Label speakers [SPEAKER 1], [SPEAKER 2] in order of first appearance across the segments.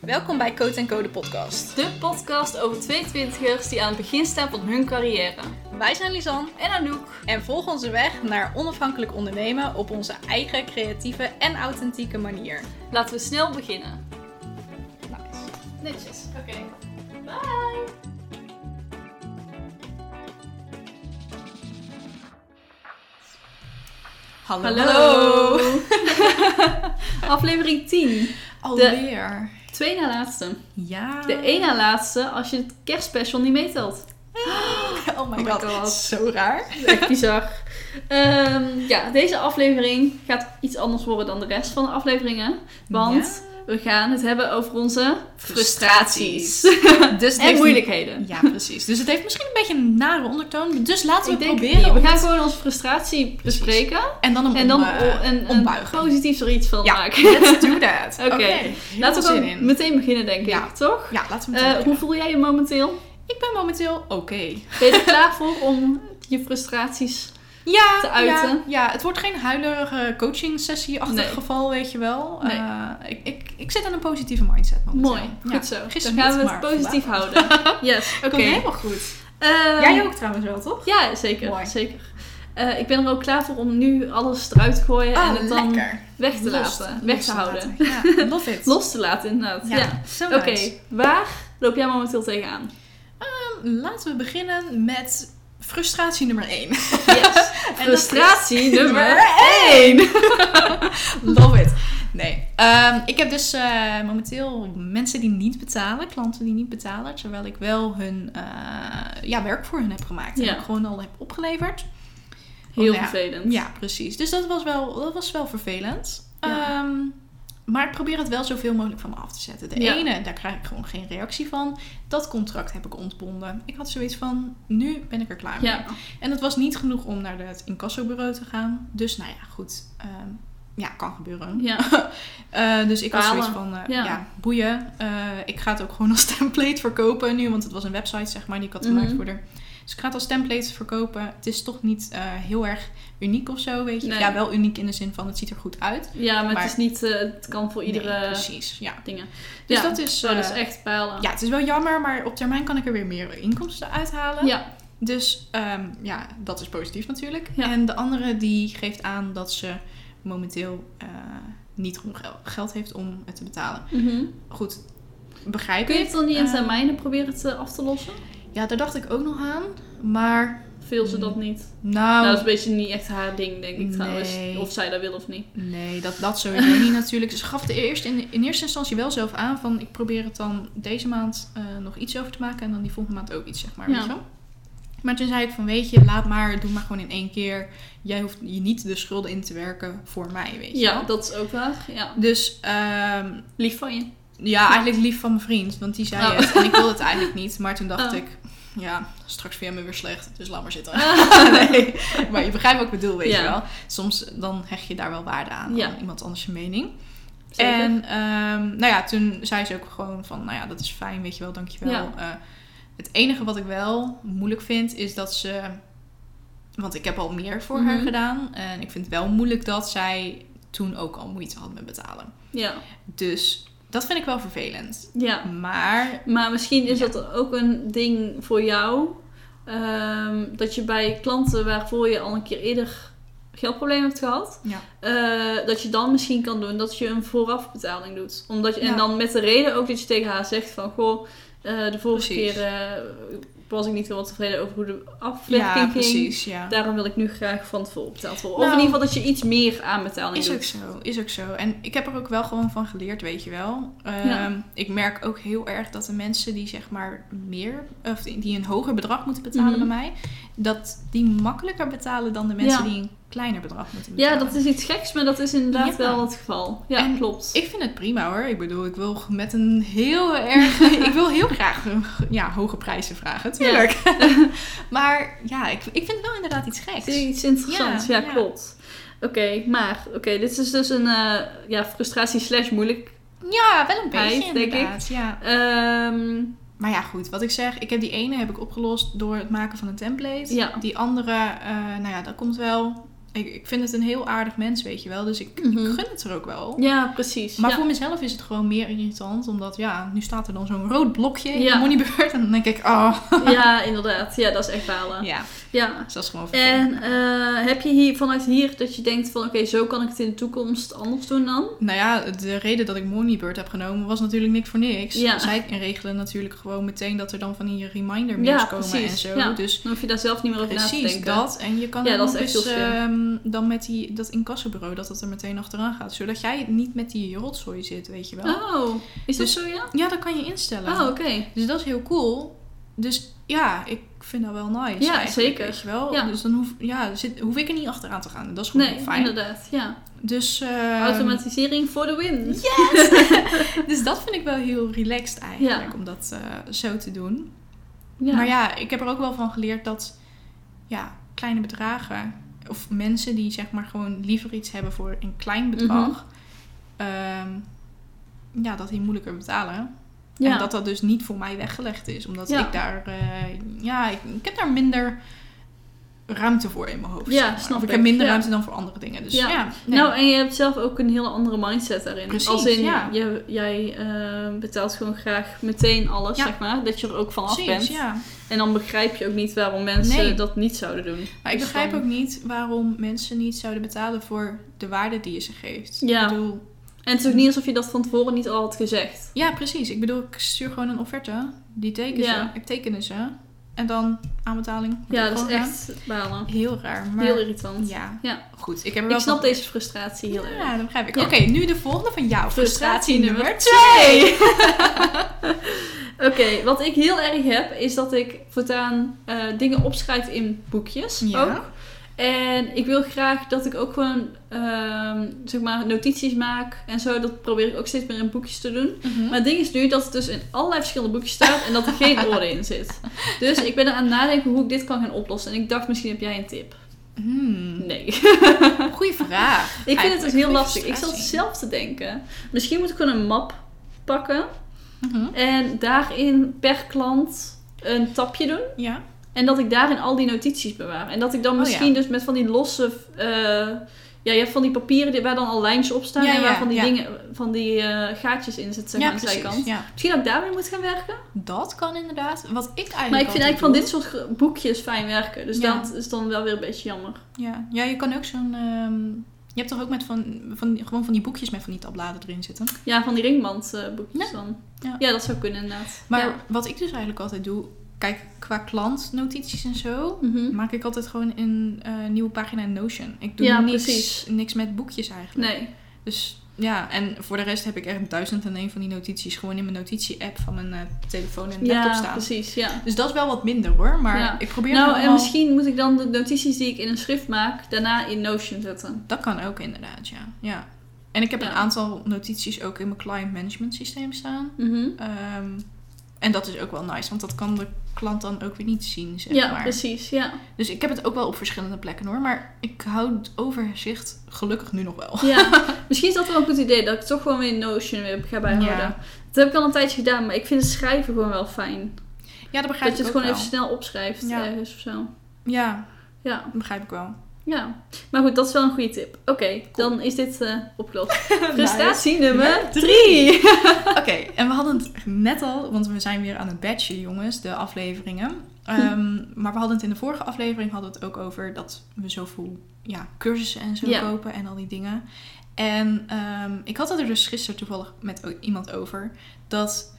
[SPEAKER 1] Welkom bij Code Co, de podcast.
[SPEAKER 2] De podcast over 22ers die aan het begin staan van hun carrière.
[SPEAKER 1] Wij zijn Lisanne
[SPEAKER 2] En Anouk.
[SPEAKER 1] en volg onze weg naar onafhankelijk ondernemen op onze eigen creatieve en authentieke manier.
[SPEAKER 2] Laten we snel beginnen.
[SPEAKER 1] Nice.
[SPEAKER 2] Netjes. Oké. Bye.
[SPEAKER 1] Hallo.
[SPEAKER 2] Hallo. Aflevering 10.
[SPEAKER 1] Alweer.
[SPEAKER 2] Twee na laatste.
[SPEAKER 1] Oh, Ja.
[SPEAKER 2] De e- één na laatste als je het kerstspecial niet meetelt.
[SPEAKER 1] Oh my,
[SPEAKER 2] my
[SPEAKER 1] god.
[SPEAKER 2] god.
[SPEAKER 1] Zo raar.
[SPEAKER 2] Echt bizar. Ehm, ja, deze aflevering gaat iets anders worden dan de rest van de afleveringen. Want we gaan het hebben over onze frustraties.
[SPEAKER 1] dus
[SPEAKER 2] en moeilijkheden.
[SPEAKER 1] Ja, precies. Dus het heeft misschien een beetje een nare ondertoon. Dus laten
[SPEAKER 2] Ik
[SPEAKER 1] we
[SPEAKER 2] denk
[SPEAKER 1] proberen.
[SPEAKER 2] niet. We
[SPEAKER 1] om
[SPEAKER 2] gaan
[SPEAKER 1] het-
[SPEAKER 2] gewoon onze frustratie bespreken.
[SPEAKER 1] En dan een,
[SPEAKER 2] En dan
[SPEAKER 1] om,
[SPEAKER 2] o-
[SPEAKER 1] eh,
[SPEAKER 2] een, een
[SPEAKER 1] ombuigen.
[SPEAKER 2] positief er iets van
[SPEAKER 1] Ja.
[SPEAKER 2] maken.
[SPEAKER 1] Let's do that.
[SPEAKER 2] Oké.
[SPEAKER 1] Heel
[SPEAKER 2] Laten we
[SPEAKER 1] zin
[SPEAKER 2] gewoon
[SPEAKER 1] in.
[SPEAKER 2] meteen beginnen, denk ik.
[SPEAKER 1] Ja.
[SPEAKER 2] Toch?
[SPEAKER 1] Ja, laten we
[SPEAKER 2] Eh,
[SPEAKER 1] meteen.
[SPEAKER 2] hoe voel jij je momenteel?
[SPEAKER 1] Ik ben momenteel oké.
[SPEAKER 2] Ben je er klaar voor om je frustraties...
[SPEAKER 1] Ja,
[SPEAKER 2] te uiten.
[SPEAKER 1] Ja, ja, het wordt geen huilerige coaching sessie-achtig
[SPEAKER 2] Nee.
[SPEAKER 1] geval, weet je wel.
[SPEAKER 2] Nee.
[SPEAKER 1] Eh, ik, ik, ik zit aan een positieve mindset momenteel.
[SPEAKER 2] Mooi, goed
[SPEAKER 1] Ja.
[SPEAKER 2] zo.
[SPEAKER 1] Gisteren
[SPEAKER 2] Dan gaan
[SPEAKER 1] niet,
[SPEAKER 2] we het
[SPEAKER 1] maar
[SPEAKER 2] positief
[SPEAKER 1] vandaag.
[SPEAKER 2] houden. Yes, oké.
[SPEAKER 1] Komt helemaal goed.
[SPEAKER 2] Ehm,
[SPEAKER 1] Jij ook trouwens wel, toch?
[SPEAKER 2] Ja, zeker.
[SPEAKER 1] Mooi.
[SPEAKER 2] zeker. Eh, ik ben er ook klaar voor om nu alles eruit te gooien en het dan weg te
[SPEAKER 1] Oh, Los-
[SPEAKER 2] laten,
[SPEAKER 1] los
[SPEAKER 2] weg
[SPEAKER 1] te
[SPEAKER 2] te houden.
[SPEAKER 1] laten. Ja, love it.
[SPEAKER 2] Los te laten, inderdaad. Ja.
[SPEAKER 1] Ja, zo
[SPEAKER 2] Oké,
[SPEAKER 1] nice.
[SPEAKER 2] waar loop jij momenteel tegenaan?
[SPEAKER 1] Ehm, laten we beginnen met frustratie nummer 1.
[SPEAKER 2] Yes. Frustratie
[SPEAKER 1] Oh,
[SPEAKER 2] nummer 1.
[SPEAKER 1] Love it. Nee. Ehm, ik heb dus eh, momenteel mensen die niet betalen, klanten die niet betalen, terwijl ik wel hun eh, ja, werk voor hun heb gemaakt
[SPEAKER 2] Ja.
[SPEAKER 1] en ik gewoon al heb opgeleverd.
[SPEAKER 2] Heel
[SPEAKER 1] Oh, ja.
[SPEAKER 2] vervelend.
[SPEAKER 1] Ja, precies. Dus dat was wel, dat was wel vervelend.
[SPEAKER 2] Ja.
[SPEAKER 1] Ehm, maar ik probeer het wel zoveel mogelijk van me af te zetten. De
[SPEAKER 2] Ja.
[SPEAKER 1] ene, daar krijg ik gewoon geen reactie van. Dat contract heb ik ontbonden. Ik had zoiets van, nu ben ik er klaar mee.
[SPEAKER 2] Ja.
[SPEAKER 1] En het was niet genoeg om naar het incassobureau te gaan. Dus nou ja, goed. Ehm, ja, kan gebeuren.
[SPEAKER 2] Ja.
[SPEAKER 1] Eh, dus ik was
[SPEAKER 2] Falen.
[SPEAKER 1] zoiets van, eh,
[SPEAKER 2] Ja.
[SPEAKER 1] ja. boeien. Eh, ik ga het ook gewoon als template verkopen nu. Want het was een website, zeg maar, die ik had gemaakt
[SPEAKER 2] Mhm.
[SPEAKER 1] voor haar. Dus ik ga het als template verkopen. Het is toch niet eh, heel erg uniek of zo, weet je.
[SPEAKER 2] Nee.
[SPEAKER 1] Ja, wel uniek in de zin van, het ziet er goed uit.
[SPEAKER 2] Ja, maar,
[SPEAKER 1] Maar-
[SPEAKER 2] het is niet, eh, het kan voor iedere
[SPEAKER 1] Nee, precies, ja.
[SPEAKER 2] dingen.
[SPEAKER 1] Dus
[SPEAKER 2] ja.
[SPEAKER 1] dat is...
[SPEAKER 2] Zo, dat is
[SPEAKER 1] eh,
[SPEAKER 2] echt pijlen.
[SPEAKER 1] ja, het is wel jammer, maar op termijn kan ik er weer meer inkomsten uithalen.
[SPEAKER 2] Ja.
[SPEAKER 1] Dus ehm, ja, dat is positief natuurlijk.
[SPEAKER 2] Ja.
[SPEAKER 1] En de andere die geeft aan dat ze momenteel eh, niet genoeg gel- geld heeft om het te betalen.
[SPEAKER 2] Mhm.
[SPEAKER 1] Goed, begrijp
[SPEAKER 2] Kun je
[SPEAKER 1] ik.
[SPEAKER 2] het dan niet in
[SPEAKER 1] Eh,
[SPEAKER 2] termijnen proberen te, af te lossen?
[SPEAKER 1] Ja, daar dacht ik ook nog aan. Maar
[SPEAKER 2] Veel ze dat niet?
[SPEAKER 1] nou,
[SPEAKER 2] Nou, dat is een beetje niet echt haar ding, denk ik trouwens.
[SPEAKER 1] Nee.
[SPEAKER 2] Of zij dat wil of niet.
[SPEAKER 1] nee, dat, dat sowieso niet natuurlijk. Ze gaf de eerst in, in eerste instantie wel zelf aan van... ik probeer het dan deze maand eh, nog iets over te maken... en dan die volgende maand ook iets, zeg maar.
[SPEAKER 2] Ja.
[SPEAKER 1] Weet je wel? Maar toen zei ik van, weet je, laat maar, doe maar gewoon in één keer. Jij hoeft je niet de schulden in te werken voor mij, weet je
[SPEAKER 2] Ja,
[SPEAKER 1] wel.
[SPEAKER 2] dat is ook waar. Ja.
[SPEAKER 1] Dus ehm,
[SPEAKER 2] Lief van je.
[SPEAKER 1] ja, eigenlijk lief van mijn vriend, want die zei
[SPEAKER 2] Oh.
[SPEAKER 1] het. En ik wilde het eigenlijk niet, maar toen dacht
[SPEAKER 2] Oh.
[SPEAKER 1] ik, ja, straks vind jij me weer slecht, dus laat maar zitten. nee, maar je begrijpt wat ik bedoel, weet
[SPEAKER 2] Ja.
[SPEAKER 1] je wel. Soms dan hecht je daar wel waarde aan,
[SPEAKER 2] Ja.
[SPEAKER 1] aan iemand anders je mening.
[SPEAKER 2] Zeker.
[SPEAKER 1] En ehm, nou ja, toen zei ze ook gewoon van, nou ja, dat is fijn, weet je wel, dankjewel.
[SPEAKER 2] Ja.
[SPEAKER 1] Eh, het enige wat ik wel moeilijk vind, is dat ze... Want ik heb al meer voor haar
[SPEAKER 2] Mhm.
[SPEAKER 1] gedaan. En ik vind het wel moeilijk dat zij toen ook al moeite had met betalen.
[SPEAKER 2] Ja.
[SPEAKER 1] Dus dat vind ik wel vervelend.
[SPEAKER 2] ja.
[SPEAKER 1] Maar
[SPEAKER 2] Maar misschien is dat ook een ding voor jou. ehm, dat je bij klanten waarvoor je al een keer eerder geldprobleem hebt gehad.
[SPEAKER 1] Ja.
[SPEAKER 2] eh, dat je dan misschien kan doen dat je een voorafbetaling doet. Omdat je, En
[SPEAKER 1] Ja.
[SPEAKER 2] dan met de reden ook dat je tegen haar zegt van... Goh, eh, de vorige
[SPEAKER 1] Precies.
[SPEAKER 2] keer eh, was ik niet heel tevreden over hoe de afwerking
[SPEAKER 1] ja,
[SPEAKER 2] ging.
[SPEAKER 1] precies. Ja.
[SPEAKER 2] Daarom wil ik nu graag van tevoren betaald worden.
[SPEAKER 1] Nou,
[SPEAKER 2] of in ieder geval dat je iets meer aanbetaling
[SPEAKER 1] Is ook
[SPEAKER 2] doet.
[SPEAKER 1] zo, is ook zo. En ik heb er ook wel gewoon van geleerd, weet je wel. Ehm,
[SPEAKER 2] Ja.
[SPEAKER 1] Ik merk ook heel erg dat de mensen die zeg maar meer, of die die een hoger bedrag moeten betalen
[SPEAKER 2] Mhm.
[SPEAKER 1] bij mij, dat die makkelijker betalen dan de mensen
[SPEAKER 2] Ja.
[SPEAKER 1] die een kleiner bedrag moeten betalen.
[SPEAKER 2] Ja, dat is iets geks, maar dat is inderdaad
[SPEAKER 1] Ja.
[SPEAKER 2] wel het geval. Ja,
[SPEAKER 1] En
[SPEAKER 2] klopt.
[SPEAKER 1] Ik vind het prima hoor. Ik bedoel, ik wil met een heel erg. ik wil heel graag ja, hoge prijzen vragen, tuurlijk. maar ja, ik, ik vind het wel inderdaad iets geks.
[SPEAKER 2] Zie je Iets interessants, ja,
[SPEAKER 1] Ja, ja.
[SPEAKER 2] klopt. Oké, maar oké, dit is dus een eh, ja, frustratie slash moeilijk.
[SPEAKER 1] Ja, wel een beetje
[SPEAKER 2] Heid, denk ik.
[SPEAKER 1] inderdaad. Ja.
[SPEAKER 2] Ehm,
[SPEAKER 1] Maar ja, goed. Wat ik zeg, ik heb die ene heb ik opgelost door het maken van een template.
[SPEAKER 2] Ja.
[SPEAKER 1] Die andere, eh, nou ja, dat komt wel. ik, ik vind het een heel aardig mens, weet je wel. Dus ik,
[SPEAKER 2] Mhm.
[SPEAKER 1] ik gun het er ook wel.
[SPEAKER 2] Ja, precies.
[SPEAKER 1] Maar
[SPEAKER 2] ja.
[SPEAKER 1] voor mezelf is het gewoon meer irritant. Omdat ja, nu staat er dan zo'n rood blokje in
[SPEAKER 2] Ja.
[SPEAKER 1] de moneybeurt. En dan denk ik, oh.
[SPEAKER 2] ja, inderdaad. Ja, dat is echt falen. Ja.
[SPEAKER 1] Ja, dus dat is gewoon
[SPEAKER 2] En
[SPEAKER 1] vervelend.
[SPEAKER 2] eh, heb je hier vanuit hier dat je denkt van oké, zo kan ik het in de toekomst anders doen dan?
[SPEAKER 1] Nou ja, de reden dat ik Moneybird heb genomen was natuurlijk niks voor niks.
[SPEAKER 2] Ja.
[SPEAKER 1] Zij regelen natuurlijk gewoon meteen dat er dan van die reminder mails
[SPEAKER 2] Ja,
[SPEAKER 1] komen
[SPEAKER 2] precies.
[SPEAKER 1] en zo.
[SPEAKER 2] Ja.
[SPEAKER 1] Dus
[SPEAKER 2] Dan hoef je daar zelf niet meer over na te
[SPEAKER 1] precies
[SPEAKER 2] denken.
[SPEAKER 1] dat. En je kan
[SPEAKER 2] Ja,
[SPEAKER 1] er
[SPEAKER 2] dat
[SPEAKER 1] nog
[SPEAKER 2] is echt
[SPEAKER 1] eens,
[SPEAKER 2] heel slim.
[SPEAKER 1] ehm, dan met die, dat incassobureau dat dat er meteen achteraan gaat. Zodat jij niet met die rotzooi zit, weet je wel.
[SPEAKER 2] Oh, is
[SPEAKER 1] Dus-
[SPEAKER 2] dat zo ja?
[SPEAKER 1] Ja, dat kan je instellen.
[SPEAKER 2] Oh, oké.
[SPEAKER 1] Dus dat is heel cool. Dus ja, ik vind dat wel nice.
[SPEAKER 2] Ja,
[SPEAKER 1] eigenlijk,
[SPEAKER 2] zeker.
[SPEAKER 1] Weet je wel?
[SPEAKER 2] Ja.
[SPEAKER 1] Dus dan hoef, ja, zit, hoef ik er niet achteraan te gaan. Dat is gewoon
[SPEAKER 2] Nee,
[SPEAKER 1] fijn.
[SPEAKER 2] inderdaad. Ja.
[SPEAKER 1] Dus, ehm,
[SPEAKER 2] Automatisering voor de win.
[SPEAKER 1] dus dat vind ik wel heel relaxed eigenlijk.
[SPEAKER 2] Ja.
[SPEAKER 1] Om dat eh, zo te doen.
[SPEAKER 2] Ja.
[SPEAKER 1] Maar ja, ik heb er ook wel van geleerd dat ja, kleine bedragen... Of mensen die zeg maar gewoon liever iets hebben voor een klein
[SPEAKER 2] Mhm.
[SPEAKER 1] bedrag... ehm, ja, dat die moeilijker betalen.
[SPEAKER 2] Ja.
[SPEAKER 1] En dat dat dus niet voor mij weggelegd is. Omdat
[SPEAKER 2] Ja.
[SPEAKER 1] ik daar... eh, ja, ik, ik heb daar minder ruimte voor in mijn hoofd.
[SPEAKER 2] Ja,
[SPEAKER 1] zeg maar.
[SPEAKER 2] snap
[SPEAKER 1] Of ik.
[SPEAKER 2] ik.
[SPEAKER 1] heb minder
[SPEAKER 2] Ja.
[SPEAKER 1] ruimte dan voor andere dingen. Dus ja,
[SPEAKER 2] Ja.
[SPEAKER 1] nee.
[SPEAKER 2] Nou, en je hebt zelf ook een hele andere mindset daarin.
[SPEAKER 1] Precies,
[SPEAKER 2] Als in,
[SPEAKER 1] ja.
[SPEAKER 2] je, jij eh, betaalt gewoon graag meteen alles,
[SPEAKER 1] Ja.
[SPEAKER 2] zeg maar. Dat je er ook van af
[SPEAKER 1] Precies,
[SPEAKER 2] bent.
[SPEAKER 1] ja.
[SPEAKER 2] En dan begrijp je ook niet waarom mensen
[SPEAKER 1] Nee.
[SPEAKER 2] dat niet zouden doen.
[SPEAKER 1] Maar ik
[SPEAKER 2] Dus
[SPEAKER 1] begrijp
[SPEAKER 2] dan-
[SPEAKER 1] ook niet waarom mensen niet zouden betalen voor de waarde die je ze geeft.
[SPEAKER 2] Ja.
[SPEAKER 1] Ik bedoel,
[SPEAKER 2] En het is ook niet alsof je dat van tevoren niet al had gezegd.
[SPEAKER 1] ja, precies. Ik bedoel, ik stuur gewoon een offerte. Die tekenen
[SPEAKER 2] Ja.
[SPEAKER 1] ze. Ik tekenen ze. En dan aanbetaling. wordt
[SPEAKER 2] Ja,
[SPEAKER 1] ook
[SPEAKER 2] dat is
[SPEAKER 1] gewoon
[SPEAKER 2] echt balen.
[SPEAKER 1] gedaan. heel raar. Maar
[SPEAKER 2] Heel irritant.
[SPEAKER 1] ja.
[SPEAKER 2] Ja.
[SPEAKER 1] goed. Ik heb er wel
[SPEAKER 2] Ik snap
[SPEAKER 1] van-
[SPEAKER 2] deze frustratie heel erg.
[SPEAKER 1] Ja, dat begrijp ik.
[SPEAKER 2] Ja.
[SPEAKER 1] Oké, nu de volgende van jou. Frustratie
[SPEAKER 2] Frustratie
[SPEAKER 1] nummer
[SPEAKER 2] nummer
[SPEAKER 1] 2.
[SPEAKER 2] Oké, wat ik heel erg heb, is dat ik voortaan eh, dingen opschrijf in boekjes
[SPEAKER 1] Ja.
[SPEAKER 2] ook. En ik wil graag dat ik ook gewoon, ehm, zeg maar, notities maak en zo. Dat probeer ik ook steeds meer in boekjes te
[SPEAKER 1] Hm.
[SPEAKER 2] doen. Maar het ding is nu dat het dus in allerlei verschillende boekjes staat en dat er geen orde in zit. Dus ik ben er aan het nadenken hoe ik dit kan gaan oplossen. En ik dacht, misschien heb jij een tip.
[SPEAKER 1] Hmm,
[SPEAKER 2] Nee.
[SPEAKER 1] goeie vraag.
[SPEAKER 2] Ik vind het
[SPEAKER 1] Eigenlijk,
[SPEAKER 2] dus heel
[SPEAKER 1] goeie
[SPEAKER 2] lastig. Ik zat
[SPEAKER 1] frustratie.
[SPEAKER 2] zelf te denken. Misschien moet ik gewoon een map pakken.
[SPEAKER 1] Mhm.
[SPEAKER 2] En daarin per klant een tapje doen.
[SPEAKER 1] Ja.
[SPEAKER 2] En dat ik daarin al die notities bewaar. En dat ik dan
[SPEAKER 1] Oh,
[SPEAKER 2] misschien dus met van die losse... eh, ja, je hebt van die papieren die- waar dan al lijntjes op staan.
[SPEAKER 1] Ja,
[SPEAKER 2] en waar
[SPEAKER 1] ja,
[SPEAKER 2] van die,
[SPEAKER 1] ja.
[SPEAKER 2] dingen, van die eh, gaatjes in zitten zeg
[SPEAKER 1] ja,
[SPEAKER 2] maar, aan de
[SPEAKER 1] precies.
[SPEAKER 2] zijkant.
[SPEAKER 1] Ja.
[SPEAKER 2] Misschien dat ik daarmee moet gaan werken.
[SPEAKER 1] Dat kan inderdaad. Wat ik eigenlijk
[SPEAKER 2] maar ik
[SPEAKER 1] altijd
[SPEAKER 2] vind eigenlijk van
[SPEAKER 1] doe-
[SPEAKER 2] dit soort ge- boekjes fijn werken. Dus
[SPEAKER 1] Ja.
[SPEAKER 2] dat is dan wel weer een beetje jammer.
[SPEAKER 1] Ja, ja je kan ook zo'n. ehm, je hebt toch ook met van, van, gewoon van die boekjes met van die tabbladen erin zitten.
[SPEAKER 2] Ja, van die ringband eh, boekjes
[SPEAKER 1] Ja.
[SPEAKER 2] dan.
[SPEAKER 1] Ja.
[SPEAKER 2] Ja. dat zou kunnen inderdaad.
[SPEAKER 1] Maar
[SPEAKER 2] Ja.
[SPEAKER 1] wat ik dus eigenlijk altijd doe, kijk, qua klantnotities en zo,
[SPEAKER 2] Mhm.
[SPEAKER 1] maak ik altijd gewoon een eh, nieuwe pagina in Notion. Ik doe
[SPEAKER 2] Ja,
[SPEAKER 1] niks,
[SPEAKER 2] precies.
[SPEAKER 1] niks met boekjes eigenlijk.
[SPEAKER 2] Nee.
[SPEAKER 1] Dus ja, en voor de rest heb ik echt duizend en één van die notities gewoon in mijn notitie-app van mijn eh, telefoon en laptop
[SPEAKER 2] Ja,
[SPEAKER 1] staan.
[SPEAKER 2] precies. Ja.
[SPEAKER 1] Dus dat is wel wat minder hoor, maar
[SPEAKER 2] Ja.
[SPEAKER 1] ik probeer
[SPEAKER 2] Nou,
[SPEAKER 1] het
[SPEAKER 2] en
[SPEAKER 1] allemaal-
[SPEAKER 2] misschien moet ik dan de notities die ik in een schrift maak, daarna in Notion zetten.
[SPEAKER 1] Dat kan ook inderdaad, ja. ja. En ik heb
[SPEAKER 2] Ja.
[SPEAKER 1] een aantal notities ook in mijn client management systeem staan.
[SPEAKER 2] Mhm.
[SPEAKER 1] Ehm, en dat is ook wel nice, want dat kan de klant dan ook weer niet zien, zeg
[SPEAKER 2] Ja,
[SPEAKER 1] maar.
[SPEAKER 2] precies. Ja.
[SPEAKER 1] Dus ik heb het ook wel op verschillende plekken hoor, maar ik hou het overzicht gelukkig nu nog wel.
[SPEAKER 2] ja. Misschien is dat wel een goed idee dat ik toch gewoon weer Notion weer ga bijhouden.
[SPEAKER 1] Ja.
[SPEAKER 2] Dat heb ik al een tijdje gedaan, maar ik vind het schrijven gewoon wel fijn.
[SPEAKER 1] Ja, dat begrijp
[SPEAKER 2] dat je
[SPEAKER 1] ik ook
[SPEAKER 2] het gewoon
[SPEAKER 1] wel.
[SPEAKER 2] even snel opschrijft
[SPEAKER 1] Ja.
[SPEAKER 2] ergens of zo.
[SPEAKER 1] Ja,
[SPEAKER 2] Ja.
[SPEAKER 1] dat begrijp ik wel.
[SPEAKER 2] ja. Maar goed, dat is wel een goede tip. Oké, dan is dit eh opgelost.
[SPEAKER 1] Nou,
[SPEAKER 2] Prestatie nummer 3.
[SPEAKER 1] Oké, en we hadden het net al, want we zijn weer aan het batchen jongens, de afleveringen. Ehm, maar we hadden het in de vorige aflevering hadden we het ook over dat we zoveel ja, cursussen en zo
[SPEAKER 2] Ja.
[SPEAKER 1] kopen en al die dingen. En ehm, ik had het er dus gisteren toevallig met o- iemand over. Dat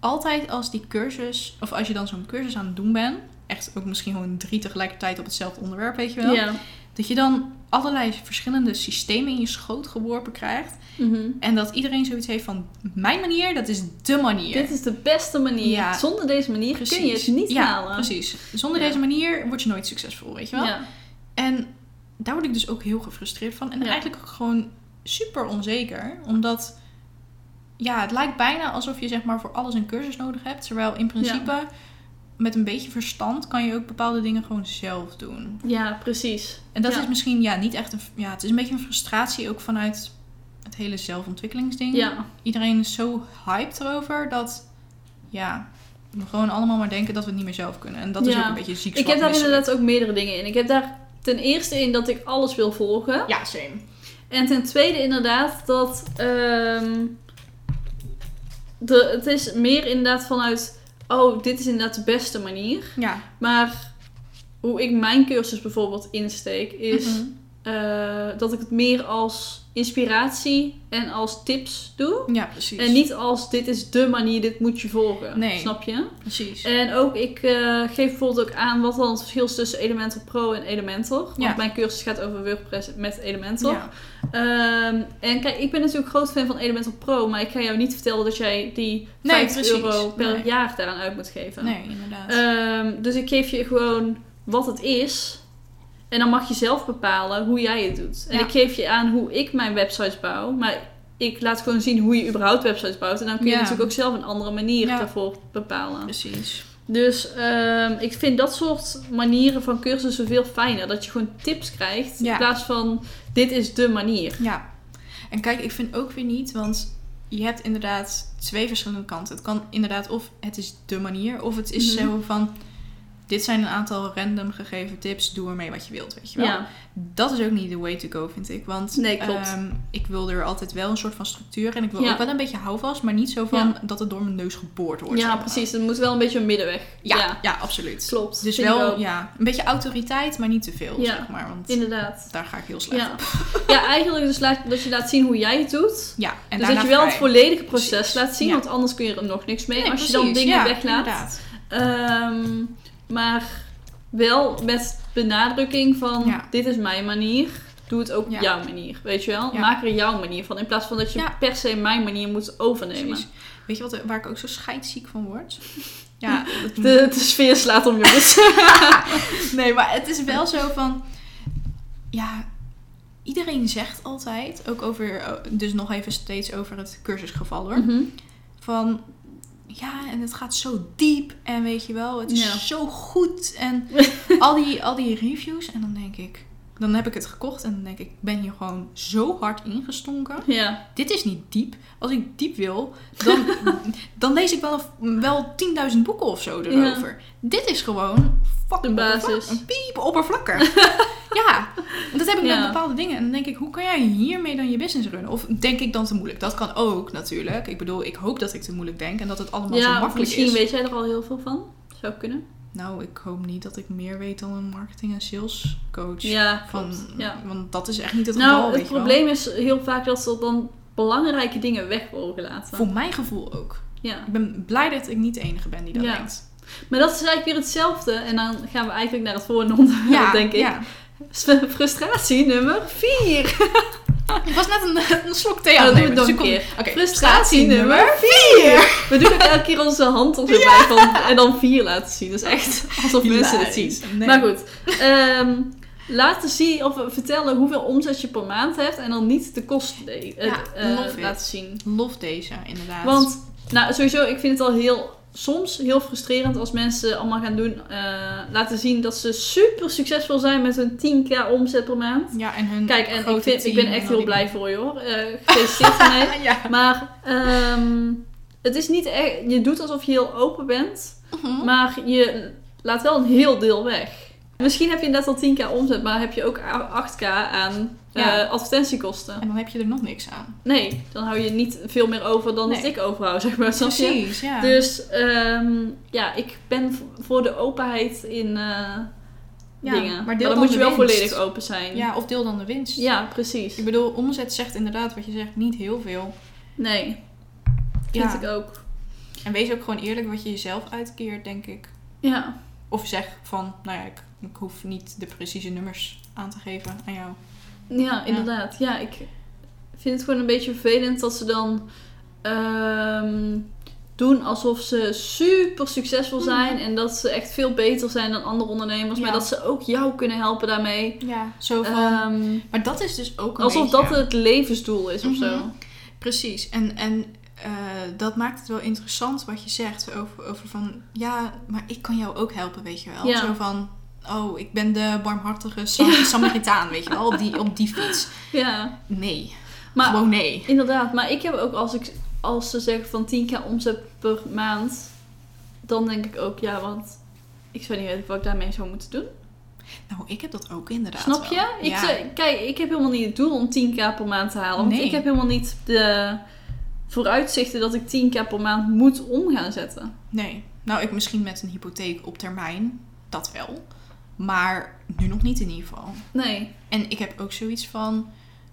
[SPEAKER 1] altijd als die cursus, of als je dan zo'n cursus aan het doen bent, echt ook misschien gewoon drie tegelijkertijd op hetzelfde onderwerp, weet je wel.
[SPEAKER 2] Ja.
[SPEAKER 1] Dat je dan allerlei verschillende systemen in je schoot geworpen krijgt.
[SPEAKER 2] Mhm.
[SPEAKER 1] En dat iedereen zoiets heeft van mijn manier, dat is de manier.
[SPEAKER 2] Dit is de beste manier.
[SPEAKER 1] Ja.
[SPEAKER 2] Zonder deze manier
[SPEAKER 1] Precies.
[SPEAKER 2] kun je het niet
[SPEAKER 1] ja,
[SPEAKER 2] halen.
[SPEAKER 1] Precies. Zonder
[SPEAKER 2] Ja.
[SPEAKER 1] deze manier word je nooit succesvol, weet je wel?
[SPEAKER 2] Ja.
[SPEAKER 1] En daar word ik dus ook heel gefrustreerd van. En
[SPEAKER 2] Ja.
[SPEAKER 1] eigenlijk ook gewoon super onzeker. Omdat ja, het lijkt bijna alsof je zeg maar voor alles een cursus nodig hebt. Terwijl in principe met een beetje verstand kan je ook bepaalde dingen gewoon zelf doen.
[SPEAKER 2] ja, precies.
[SPEAKER 1] En dat
[SPEAKER 2] Ja.
[SPEAKER 1] is misschien ja, niet echt een. Ja, het is een beetje een frustratie ook vanuit het hele zelfontwikkelingsding
[SPEAKER 2] Ja.
[SPEAKER 1] iedereen is zo hyped erover dat ja, we gewoon allemaal maar denken dat we het niet meer zelf kunnen. En dat is
[SPEAKER 2] Ja.
[SPEAKER 1] ook een beetje ziek.
[SPEAKER 2] Ik heb daar
[SPEAKER 1] zwak, misselijk.
[SPEAKER 2] inderdaad ook meerdere dingen in. Ik heb daar ten eerste in dat ik alles wil volgen.
[SPEAKER 1] Ja, same.
[SPEAKER 2] En ten tweede inderdaad dat ehm, de, het is meer inderdaad vanuit, oh, dit is inderdaad de beste manier.
[SPEAKER 1] Ja.
[SPEAKER 2] Maar hoe ik mijn cursus bijvoorbeeld insteek is
[SPEAKER 1] Mhm.
[SPEAKER 2] eh, dat ik het meer als inspiratie en als tips doe.
[SPEAKER 1] Ja, precies.
[SPEAKER 2] En niet als dit is de manier, dit moet je volgen.
[SPEAKER 1] Nee.
[SPEAKER 2] Snap je?
[SPEAKER 1] Precies.
[SPEAKER 2] En ook, ik eh, geef bijvoorbeeld ook aan wat dan het verschil is tussen Elementor Pro en Elementor. Want
[SPEAKER 1] Ja.
[SPEAKER 2] mijn cursus gaat over WordPress met Elementor.
[SPEAKER 1] ja.
[SPEAKER 2] Ehm, en kijk, ik ben natuurlijk groot fan van Elementor Pro, maar ik ga jou niet vertellen dat jij die
[SPEAKER 1] Nee,
[SPEAKER 2] 50
[SPEAKER 1] precies.
[SPEAKER 2] euro per
[SPEAKER 1] Nee.
[SPEAKER 2] jaar daaraan uit moet geven.
[SPEAKER 1] Nee, inderdaad.
[SPEAKER 2] Ehm, dus ik geef je gewoon wat het is. En dan mag je zelf bepalen hoe jij het doet. En
[SPEAKER 1] Ja.
[SPEAKER 2] ik geef je aan hoe ik mijn websites bouw. Maar ik laat gewoon zien hoe je überhaupt websites bouwt. En dan kun je
[SPEAKER 1] Ja.
[SPEAKER 2] natuurlijk ook zelf een andere manier
[SPEAKER 1] Ja.
[SPEAKER 2] daarvoor bepalen.
[SPEAKER 1] precies.
[SPEAKER 2] Dus ehm, ik vind dat soort manieren van cursussen veel fijner. Dat je gewoon tips krijgt.
[SPEAKER 1] Ja.
[SPEAKER 2] In plaats van dit is de manier.
[SPEAKER 1] Ja. En kijk, ik vind ook weer niet, want je hebt inderdaad twee verschillende kanten. Het kan inderdaad of het is de manier, of het is
[SPEAKER 2] Mhm.
[SPEAKER 1] zo van... Dit zijn een aantal random gegeven tips, doe ermee wat je wilt, weet je wel.
[SPEAKER 2] Ja.
[SPEAKER 1] Dat is ook niet de way to go, vind ik. Want
[SPEAKER 2] Nee, klopt.
[SPEAKER 1] ehm, ik wil er altijd wel een soort van structuur. En ik wil
[SPEAKER 2] Ja.
[SPEAKER 1] ook wel een beetje houvast, maar niet zo van dat het door mijn neus geboord wordt. zeg
[SPEAKER 2] ja,
[SPEAKER 1] maar.
[SPEAKER 2] precies. Het moet wel een beetje een middenweg.
[SPEAKER 1] Ja, ja. absoluut.
[SPEAKER 2] klopt.
[SPEAKER 1] Dus
[SPEAKER 2] Vind ik
[SPEAKER 1] wel
[SPEAKER 2] ook.
[SPEAKER 1] ja, een beetje autoriteit, maar niet te veel,
[SPEAKER 2] Ja.
[SPEAKER 1] zeg maar. Want
[SPEAKER 2] Inderdaad.
[SPEAKER 1] daar ga ik heel slecht
[SPEAKER 2] Ja.
[SPEAKER 1] op.
[SPEAKER 2] ja, eigenlijk dus laat, dat je laat zien hoe jij het doet.
[SPEAKER 1] Ja, en
[SPEAKER 2] dus
[SPEAKER 1] daarna
[SPEAKER 2] dat je wel het
[SPEAKER 1] vrij.
[SPEAKER 2] volledige proces
[SPEAKER 1] Precies.
[SPEAKER 2] laat zien,
[SPEAKER 1] Ja.
[SPEAKER 2] want anders kun je er nog niks mee.
[SPEAKER 1] Nee,
[SPEAKER 2] als je
[SPEAKER 1] precies.
[SPEAKER 2] dan dingen
[SPEAKER 1] Ja,
[SPEAKER 2] weglaat.
[SPEAKER 1] inderdaad.
[SPEAKER 2] Ehm, maar wel met benadrukking van
[SPEAKER 1] Ja.
[SPEAKER 2] dit is mijn manier. Doe het ook op
[SPEAKER 1] Ja.
[SPEAKER 2] jouw manier, weet je wel?
[SPEAKER 1] Ja.
[SPEAKER 2] Maak er jouw manier van. In plaats van dat je
[SPEAKER 1] Ja.
[SPEAKER 2] per se mijn manier moet overnemen.
[SPEAKER 1] Precies. Weet je wat, waar ik ook zo scheidsziek van word? Ja, dat-
[SPEAKER 2] De, de sfeer slaat om, jongens.
[SPEAKER 1] nee, maar het is wel zo van... Ja, iedereen zegt altijd, ook over... Dus nog even steeds over het cursusgeval hoor.
[SPEAKER 2] Mhm.
[SPEAKER 1] Van, ja, en het gaat zo diep en weet je wel, het is
[SPEAKER 2] Ja.
[SPEAKER 1] zo goed. En al die, al die reviews. En dan denk ik... Dan heb ik het gekocht en dan denk ik, ik ben hier gewoon zo hard ingestonken.
[SPEAKER 2] Ja,
[SPEAKER 1] dit is niet diep. Als ik diep wil, dan, dan lees ik wel, wel 10.000 boeken of zo erover. Dit is gewoon fucking
[SPEAKER 2] De basis.
[SPEAKER 1] oppervlak- Een piep oppervlakker. ja, dat heb ik
[SPEAKER 2] Ja.
[SPEAKER 1] met bepaalde dingen. En dan denk ik, hoe kan jij hiermee dan je business runnen? Of denk ik dan te moeilijk? Dat kan ook natuurlijk. Ik bedoel, ik hoop dat ik te moeilijk denk en dat het allemaal zo
[SPEAKER 2] ja of
[SPEAKER 1] makkelijk
[SPEAKER 2] misschien
[SPEAKER 1] is.
[SPEAKER 2] weet jij er al heel veel van. Zou kunnen.
[SPEAKER 1] Nou, ik hoop niet dat ik meer weet dan een marketing- en salescoach.
[SPEAKER 2] Ja,
[SPEAKER 1] Van,
[SPEAKER 2] klopt. ja.
[SPEAKER 1] Want dat is echt niet het geval.
[SPEAKER 2] Nou,
[SPEAKER 1] weet
[SPEAKER 2] het
[SPEAKER 1] je wel.
[SPEAKER 2] probleem is heel vaak dat ze dan belangrijke dingen weg worden gelaten.
[SPEAKER 1] Voor mijn gevoel ook.
[SPEAKER 2] Ja.
[SPEAKER 1] Ik ben blij dat ik niet de enige ben die dat
[SPEAKER 2] Ja.
[SPEAKER 1] denkt.
[SPEAKER 2] Maar dat is eigenlijk weer hetzelfde. En dan gaan we eigenlijk naar het volgende onderwerp, denk ik.
[SPEAKER 1] ja.
[SPEAKER 2] Frustratie nummer 4.
[SPEAKER 1] Ik was net een, een slok thee aan
[SPEAKER 2] Oh,
[SPEAKER 1] het
[SPEAKER 2] doe
[SPEAKER 1] nemen.
[SPEAKER 2] het nog
[SPEAKER 1] dus
[SPEAKER 2] een
[SPEAKER 1] ik kon-
[SPEAKER 2] keer.
[SPEAKER 1] Oké.
[SPEAKER 2] Frustratie nummer 4. We doen ook elke keer onze hand op erbij van, en dan 4 laten zien. Dat is echt alsof mensen het zien.
[SPEAKER 1] Nee.
[SPEAKER 2] Maar goed. Ehm laten zien of vertellen hoeveel omzet je per maand hebt. En dan niet de kosten eh,
[SPEAKER 1] Ja,
[SPEAKER 2] eh,
[SPEAKER 1] love it.
[SPEAKER 2] laten zien.
[SPEAKER 1] Lof deze, inderdaad.
[SPEAKER 2] Want, nou, sowieso, ik vind het al heel, soms heel frustrerend als mensen allemaal gaan doen, eh, laten zien dat ze super succesvol zijn met hun 10k omzet per maand.
[SPEAKER 1] ja, en hun
[SPEAKER 2] Kijk, en ik,
[SPEAKER 1] Mm, grote
[SPEAKER 2] vind, ik
[SPEAKER 1] team
[SPEAKER 2] ben
[SPEAKER 1] en
[SPEAKER 2] echt heel
[SPEAKER 1] al die-
[SPEAKER 2] blij voor je hoor. Eh gefeliciteerd ermee.
[SPEAKER 1] Ah, ja.
[SPEAKER 2] Maar ehm, het is niet echt, je doet alsof je heel open bent,
[SPEAKER 1] Mhm.
[SPEAKER 2] maar je laat wel een heel deel weg. Misschien heb je net al 10k omzet, maar heb je ook 8k aan eh,
[SPEAKER 1] Ja.
[SPEAKER 2] advertentiekosten.
[SPEAKER 1] En dan heb je er nog niks aan.
[SPEAKER 2] Nee, dan hou je niet veel meer over dan dat
[SPEAKER 1] Nee.
[SPEAKER 2] ik overhoud, zeg maar. snap je?
[SPEAKER 1] Precies, ja.
[SPEAKER 2] Dus ehm, ja, ik ben v- voor de openheid in eh, dingen.
[SPEAKER 1] maar deel
[SPEAKER 2] Maar, dan
[SPEAKER 1] dan
[SPEAKER 2] moet je
[SPEAKER 1] de
[SPEAKER 2] wel
[SPEAKER 1] winst.
[SPEAKER 2] volledig open zijn.
[SPEAKER 1] ja, of deel dan de winst.
[SPEAKER 2] Ja, precies.
[SPEAKER 1] Ik bedoel, omzet zegt inderdaad wat je zegt niet heel veel.
[SPEAKER 2] Nee,
[SPEAKER 1] Ja.
[SPEAKER 2] vind ik ook.
[SPEAKER 1] En wees ook gewoon eerlijk wat je jezelf uitkeert, denk ik.
[SPEAKER 2] Ja,
[SPEAKER 1] Of zeg van, nou ja, ik, ik hoef niet de precieze nummers aan te geven aan jou.
[SPEAKER 2] ja inderdaad. Ja, ik vind het gewoon een beetje vervelend dat ze dan ehm, doen alsof ze super succesvol zijn. En dat ze echt veel beter zijn dan andere ondernemers. Maar
[SPEAKER 1] Mm. Ja.
[SPEAKER 2] dat ze ook jou kunnen helpen daarmee.
[SPEAKER 1] Ja. Zo van,
[SPEAKER 2] Ehm,
[SPEAKER 1] maar dat is dus ook een
[SPEAKER 2] alsof
[SPEAKER 1] beetje-
[SPEAKER 2] dat het levensdoel is of
[SPEAKER 1] Mhm.
[SPEAKER 2] zo.
[SPEAKER 1] Precies. En, en eh, dat maakt het wel interessant wat je zegt over, over van... Ja, maar ik kan jou ook helpen, weet je wel.
[SPEAKER 2] Ja.
[SPEAKER 1] Zo van... Oh, ik ben de barmhartige Sam- Samaritaan, weet je wel. Op die, op die fiets.
[SPEAKER 2] Ja.
[SPEAKER 1] Nee.
[SPEAKER 2] Maar
[SPEAKER 1] Gewoon nee.
[SPEAKER 2] Inderdaad, maar ik heb ook als, ik, als ze zeggen van 10k omzet per maand, dan denk ik ook ja, want ik zou niet weten wat ik daarmee zou moeten doen.
[SPEAKER 1] Nou, ik heb dat ook inderdaad.
[SPEAKER 2] Snap je?
[SPEAKER 1] wel.
[SPEAKER 2] Ik
[SPEAKER 1] ja.
[SPEAKER 2] zei- kijk, ik heb helemaal niet het doel om 10k per maand te halen. Want
[SPEAKER 1] Nee.
[SPEAKER 2] ik heb helemaal niet de vooruitzichten dat ik 10k per maand moet om gaan zetten.
[SPEAKER 1] Nee. Nou, ik misschien met een hypotheek op termijn. Dat wel. Maar nu nog niet in ieder geval.
[SPEAKER 2] Nee.
[SPEAKER 1] En ik heb ook zoiets van.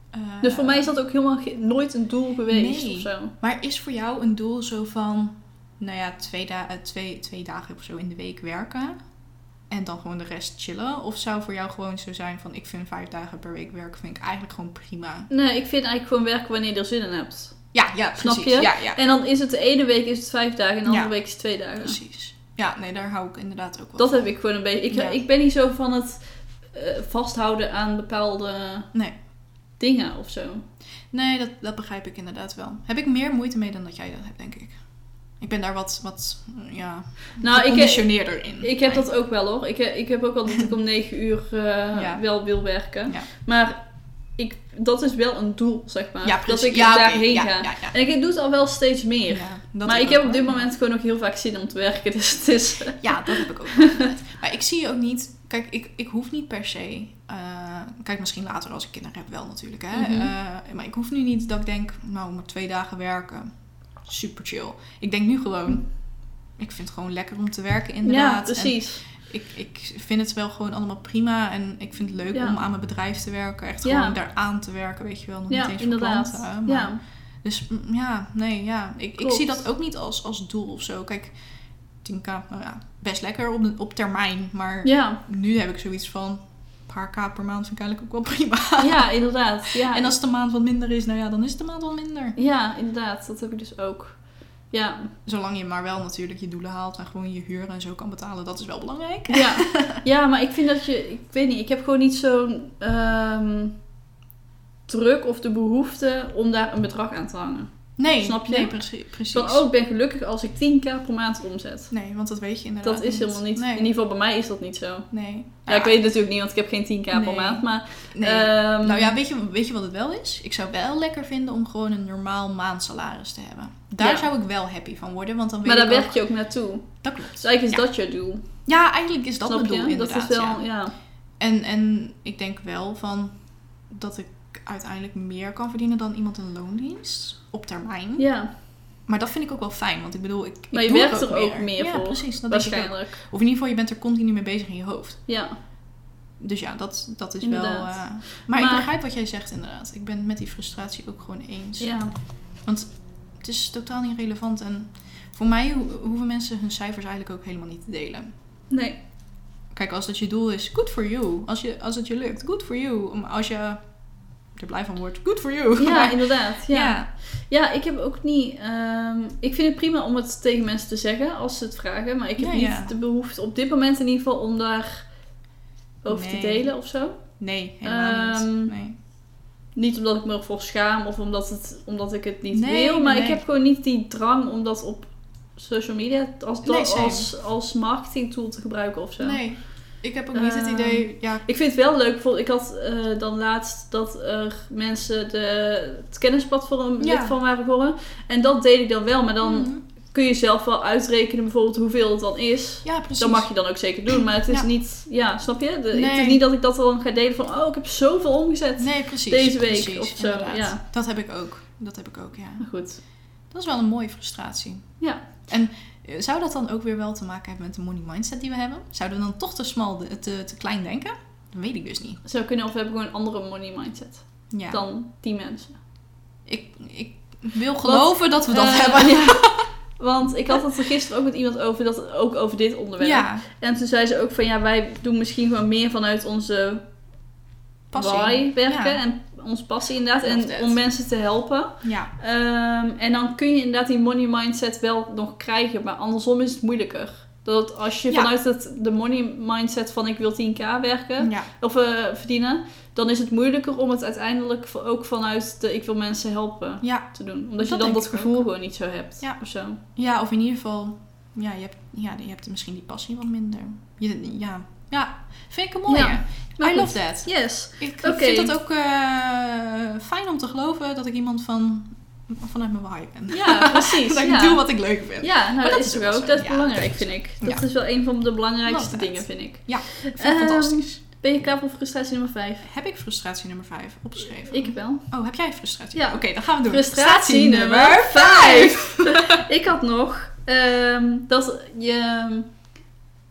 [SPEAKER 1] eh,
[SPEAKER 2] Dus voor mij is dat ook helemaal ge- nooit een doel geweest
[SPEAKER 1] Nee.
[SPEAKER 2] of zo.
[SPEAKER 1] Maar is voor jou een doel zo van. Nou ja, twee, da- eh, twee, twee dagen of zo in de week werken. En dan gewoon de rest chillen? Of zou voor jou gewoon zo zijn van. Ik vind vijf dagen per week werken vind ik eigenlijk gewoon prima.
[SPEAKER 2] Nee, ik vind eigenlijk gewoon werken wanneer je er zin in hebt.
[SPEAKER 1] Ja, ja,
[SPEAKER 2] Snap
[SPEAKER 1] precies.
[SPEAKER 2] je?
[SPEAKER 1] Ja, ja.
[SPEAKER 2] En dan is het de ene week is het vijf dagen en de andere
[SPEAKER 1] Ja.
[SPEAKER 2] week is het twee dagen.
[SPEAKER 1] Precies. Ja, nee, daar hou ik inderdaad ook wel
[SPEAKER 2] Dat
[SPEAKER 1] van.
[SPEAKER 2] heb ik gewoon een beetje. Ik,
[SPEAKER 1] Ja.
[SPEAKER 2] ik ben niet zo van het eh, vasthouden aan bepaalde
[SPEAKER 1] Nee.
[SPEAKER 2] dingen of zo.
[SPEAKER 1] Nee, dat, dat begrijp ik inderdaad wel. Heb ik meer moeite mee dan dat jij dat hebt, denk ik. Ik ben daar wat, wat eh, ja,
[SPEAKER 2] Nou, ik-
[SPEAKER 1] geconditioneerder in.
[SPEAKER 2] Ik heb dat ook wel hoor. Ik, eh, ik heb ook al dat ik om 9 uur eh,
[SPEAKER 1] Ja.
[SPEAKER 2] wel wil werken.
[SPEAKER 1] Ja.
[SPEAKER 2] Maar ik, dat is wel een doel, zeg
[SPEAKER 1] Ja,
[SPEAKER 2] maar. eh, dat
[SPEAKER 1] precies.
[SPEAKER 2] ik
[SPEAKER 1] ja, oké.
[SPEAKER 2] daarheen
[SPEAKER 1] ja,
[SPEAKER 2] ga.
[SPEAKER 1] Ja, ja.
[SPEAKER 2] En ik doe het al wel steeds meer.
[SPEAKER 1] Ja, dat
[SPEAKER 2] maar ik
[SPEAKER 1] ook
[SPEAKER 2] heb op
[SPEAKER 1] wel.
[SPEAKER 2] dit moment gewoon ook heel vaak zin om te werken. Dus het is.
[SPEAKER 1] Ja, dat heb ik ook. wel inderdaad. maar ik zie je ook niet... Kijk, ik, ik hoef niet per se... eh, kijk, misschien later als ik kinderen heb wel natuurlijk. Hè?
[SPEAKER 2] Mhm.
[SPEAKER 1] Eh, maar ik hoef nu niet dat ik denk... Nou, maar twee dagen werken. Super chill. Ik denk nu gewoon... Ik vind het gewoon lekker om te werken inderdaad.
[SPEAKER 2] ja,
[SPEAKER 1] En
[SPEAKER 2] precies.
[SPEAKER 1] ik, ik vind het wel gewoon allemaal prima. En ik vind het leuk
[SPEAKER 2] Ja.
[SPEAKER 1] om aan mijn bedrijf te werken. Echt
[SPEAKER 2] Ja.
[SPEAKER 1] gewoon daaraan te werken, weet je wel. Nog
[SPEAKER 2] Ja,
[SPEAKER 1] niet eens voor
[SPEAKER 2] inderdaad.
[SPEAKER 1] klanten, maar-
[SPEAKER 2] Ja.
[SPEAKER 1] Dus mm, ja, nee, ja. Ik, ik
[SPEAKER 2] Klopt.
[SPEAKER 1] zie dat ook niet als, als doel of zo. Kijk, 10k, nou ja, best lekker op, de- op termijn. Maar
[SPEAKER 2] Ja.
[SPEAKER 1] nu heb ik zoiets van, een paar k per maand vind ik eigenlijk ook wel prima.
[SPEAKER 2] ja, inderdaad. Ja.
[SPEAKER 1] En als de maand wat minder is, nou ja, dan is de maand wat minder.
[SPEAKER 2] ja, inderdaad. Dat heb ik dus ook. Ja,
[SPEAKER 1] Zolang je maar wel natuurlijk je doelen haalt en gewoon je huur en zo kan betalen, dat is wel belangrijk.
[SPEAKER 2] Ja. ja, maar ik vind dat je, ik weet niet, ik heb gewoon niet zo'n ehm, druk of de behoefte om daar een bedrag aan te hangen.
[SPEAKER 1] Nee,
[SPEAKER 2] Snap je?
[SPEAKER 1] Nee, precie- precies.
[SPEAKER 2] Van, oh, ik ben gelukkig als ik 10k per maand omzet.
[SPEAKER 1] Nee, want dat weet je inderdaad
[SPEAKER 2] Dat is helemaal niet,
[SPEAKER 1] Nee.
[SPEAKER 2] in ieder geval bij mij is dat niet zo. Ja,
[SPEAKER 1] nee. Nou
[SPEAKER 2] ik weet het natuurlijk niet, want ik heb geen 10k per
[SPEAKER 1] Nee.
[SPEAKER 2] maand, maar...
[SPEAKER 1] nee.
[SPEAKER 2] ehm,
[SPEAKER 1] nou ja, weet je, weet je wat het wel is? Ik zou wel lekker vinden om gewoon een normaal maandsalaris te hebben. Daar
[SPEAKER 2] Ja.
[SPEAKER 1] zou ik wel happy van worden, want dan weet
[SPEAKER 2] maar daar
[SPEAKER 1] ik ook...
[SPEAKER 2] werk je ook naartoe.
[SPEAKER 1] Dat klopt.
[SPEAKER 2] Dus eigenlijk is
[SPEAKER 1] Ja.
[SPEAKER 2] dat je doel.
[SPEAKER 1] Ja, eigenlijk is dat
[SPEAKER 2] snap
[SPEAKER 1] mijn doel
[SPEAKER 2] je? Dat
[SPEAKER 1] inderdaad.
[SPEAKER 2] is wel, ja.
[SPEAKER 1] ja. En, en ik denk wel van dat ik uiteindelijk meer kan verdienen dan iemand in loondienst. Op termijn.
[SPEAKER 2] Ja,
[SPEAKER 1] Maar Hm? dat vind ik ook wel fijn, want ik bedoel, ik, ik
[SPEAKER 2] Maar je
[SPEAKER 1] doe
[SPEAKER 2] werkt
[SPEAKER 1] er ook
[SPEAKER 2] er ook meer
[SPEAKER 1] ja,
[SPEAKER 2] voor,
[SPEAKER 1] precies. Dat denk ik ook.
[SPEAKER 2] waarschijnlijk.
[SPEAKER 1] Of in ieder geval, je bent er continu mee bezig in je hoofd.
[SPEAKER 2] Ja.
[SPEAKER 1] Dus ja, dat, dat is wel...
[SPEAKER 2] Inderdaad.
[SPEAKER 1] eh, maar, ik
[SPEAKER 2] Maar-
[SPEAKER 1] begrijp wat jij zegt inderdaad. Ik ben het met die frustratie ook gewoon eens.
[SPEAKER 2] ja.
[SPEAKER 1] Want het is totaal niet relevant. En voor mij ho- hoeven mensen hun cijfers eigenlijk ook helemaal niet te delen.
[SPEAKER 2] Nee.
[SPEAKER 1] Kijk, als dat je doel is, good for you. Als, je, als het je lukt, good for you. Maar Als je er blij van wordt, good for you.
[SPEAKER 2] Ja,
[SPEAKER 1] Maar-
[SPEAKER 2] inderdaad. ja.
[SPEAKER 1] ja.
[SPEAKER 2] Ja, ik heb ook niet. ehm, ik vind het prima om het tegen mensen te zeggen als ze het vragen. Maar ik heb
[SPEAKER 1] Ja,
[SPEAKER 2] niet
[SPEAKER 1] ja.
[SPEAKER 2] de behoefte op dit moment in ieder geval om daar over
[SPEAKER 1] Nee.
[SPEAKER 2] te delen of zo.
[SPEAKER 1] Nee, helemaal
[SPEAKER 2] Ehm,
[SPEAKER 1] niet. Nee.
[SPEAKER 2] Niet omdat ik me ervoor schaam of omdat, het, omdat ik het niet
[SPEAKER 1] Nee,
[SPEAKER 2] wil. Maar
[SPEAKER 1] nee,
[SPEAKER 2] ik
[SPEAKER 1] nee.
[SPEAKER 2] heb gewoon niet die drang om dat op social media als,
[SPEAKER 1] Nee, same.
[SPEAKER 2] als, als marketing tool te gebruiken of zo.
[SPEAKER 1] nee, ik heb ook niet het
[SPEAKER 2] Ehm,
[SPEAKER 1] idee... Ja,
[SPEAKER 2] Ik vind het wel leuk. Bijvoorbeeld, ik had eh, dan laatst dat er mensen de, het kennisplatform
[SPEAKER 1] Ja.
[SPEAKER 2] lid van waren geworden. En dat deed ik dan wel. Maar dan
[SPEAKER 1] mhm.
[SPEAKER 2] kun je zelf wel uitrekenen bijvoorbeeld hoeveel het dan is.
[SPEAKER 1] ja, precies.
[SPEAKER 2] Dat mag je dan ook zeker doen, maar het is
[SPEAKER 1] Ja.
[SPEAKER 2] niet, ja, snap je? De- Het
[SPEAKER 1] Nee.
[SPEAKER 2] is niet dat ik dat dan ga delen van, oh, ik heb zoveel omgezet.
[SPEAKER 1] Nee, precies.
[SPEAKER 2] Deze week
[SPEAKER 1] precies,
[SPEAKER 2] of zo,
[SPEAKER 1] inderdaad.
[SPEAKER 2] ja.
[SPEAKER 1] Dat heb ik ook. Dat heb ik ook, ja.
[SPEAKER 2] Maar goed,
[SPEAKER 1] Dat is wel een mooie frustratie.
[SPEAKER 2] ja.
[SPEAKER 1] Eh, Zou dat dan ook weer wel te maken hebben met de money mindset die we hebben? Zouden we dan toch te smal, de- te, te klein denken? Dat weet ik dus niet.
[SPEAKER 2] Zou kunnen, of we hebben gewoon een andere money mindset
[SPEAKER 1] Ja.
[SPEAKER 2] dan die mensen.
[SPEAKER 1] Ik, ik wil geloven dat we dat
[SPEAKER 2] Eh,
[SPEAKER 1] hebben.
[SPEAKER 2] ja. Want ik had het er gisteren ook met iemand over, dat, ook over dit onderwerp.
[SPEAKER 1] Ja,
[SPEAKER 2] En toen zei ze ook van, ja, wij doen misschien gewoon meer vanuit onze
[SPEAKER 1] passie.
[SPEAKER 2] why werken.
[SPEAKER 1] Ja.
[SPEAKER 2] En ons passie inderdaad,
[SPEAKER 1] Klopt het.
[SPEAKER 2] en om mensen te helpen.
[SPEAKER 1] Ja,
[SPEAKER 2] Ehm, en dan kun je inderdaad die money mindset wel nog krijgen, maar andersom is het moeilijker. Dat als je
[SPEAKER 1] Ja.
[SPEAKER 2] vanuit het, de money mindset van ik wil 10k werken
[SPEAKER 1] ja.
[SPEAKER 2] of eh, verdienen, dan is het moeilijker om het uiteindelijk v- ook vanuit de ik wil mensen helpen
[SPEAKER 1] ja.
[SPEAKER 2] te doen. Omdat
[SPEAKER 1] Dat
[SPEAKER 2] je dan
[SPEAKER 1] denk
[SPEAKER 2] dat
[SPEAKER 1] ik
[SPEAKER 2] gevoel
[SPEAKER 1] ook.
[SPEAKER 2] gewoon niet zo hebt.
[SPEAKER 1] Ja.
[SPEAKER 2] Of zo.
[SPEAKER 1] ja of in ieder geval, ja, je hebt, ja, je hebt misschien die passie wat minder. Je, ja. ja, vind ik een mooie.
[SPEAKER 2] Ja, maar
[SPEAKER 1] I
[SPEAKER 2] goed.
[SPEAKER 1] love that.
[SPEAKER 2] Yes.
[SPEAKER 1] Ik
[SPEAKER 2] Oké.
[SPEAKER 1] vind dat ook eh, fijn om te geloven dat ik iemand van vanuit mijn waar ben.
[SPEAKER 2] Ja, precies.
[SPEAKER 1] dat ik
[SPEAKER 2] ja.
[SPEAKER 1] doe wat ik leuk vind.
[SPEAKER 2] Ja, nou,
[SPEAKER 1] Maar
[SPEAKER 2] dat,
[SPEAKER 1] dat
[SPEAKER 2] is
[SPEAKER 1] is
[SPEAKER 2] er
[SPEAKER 1] ook
[SPEAKER 2] ook.
[SPEAKER 1] zo.
[SPEAKER 2] Dat is
[SPEAKER 1] Ja,
[SPEAKER 2] belangrijk,
[SPEAKER 1] dat is
[SPEAKER 2] vind ik.
[SPEAKER 1] zo.
[SPEAKER 2] Dat
[SPEAKER 1] Ja.
[SPEAKER 2] is wel een van de belangrijkste
[SPEAKER 1] Altijd.
[SPEAKER 2] dingen, vind ik.
[SPEAKER 1] Vind ik
[SPEAKER 2] Ehm,
[SPEAKER 1] fantastisch.
[SPEAKER 2] Ben je klaar voor frustratie nummer 5?
[SPEAKER 1] Heb ik frustratie nummer 5 opgeschreven?
[SPEAKER 2] Ik wel.
[SPEAKER 1] Oh, heb jij frustratie?
[SPEAKER 2] Ja.
[SPEAKER 1] Oké, dan gaan we doen.
[SPEAKER 2] Frustratie nummer 5! ik had nog ehm, dat je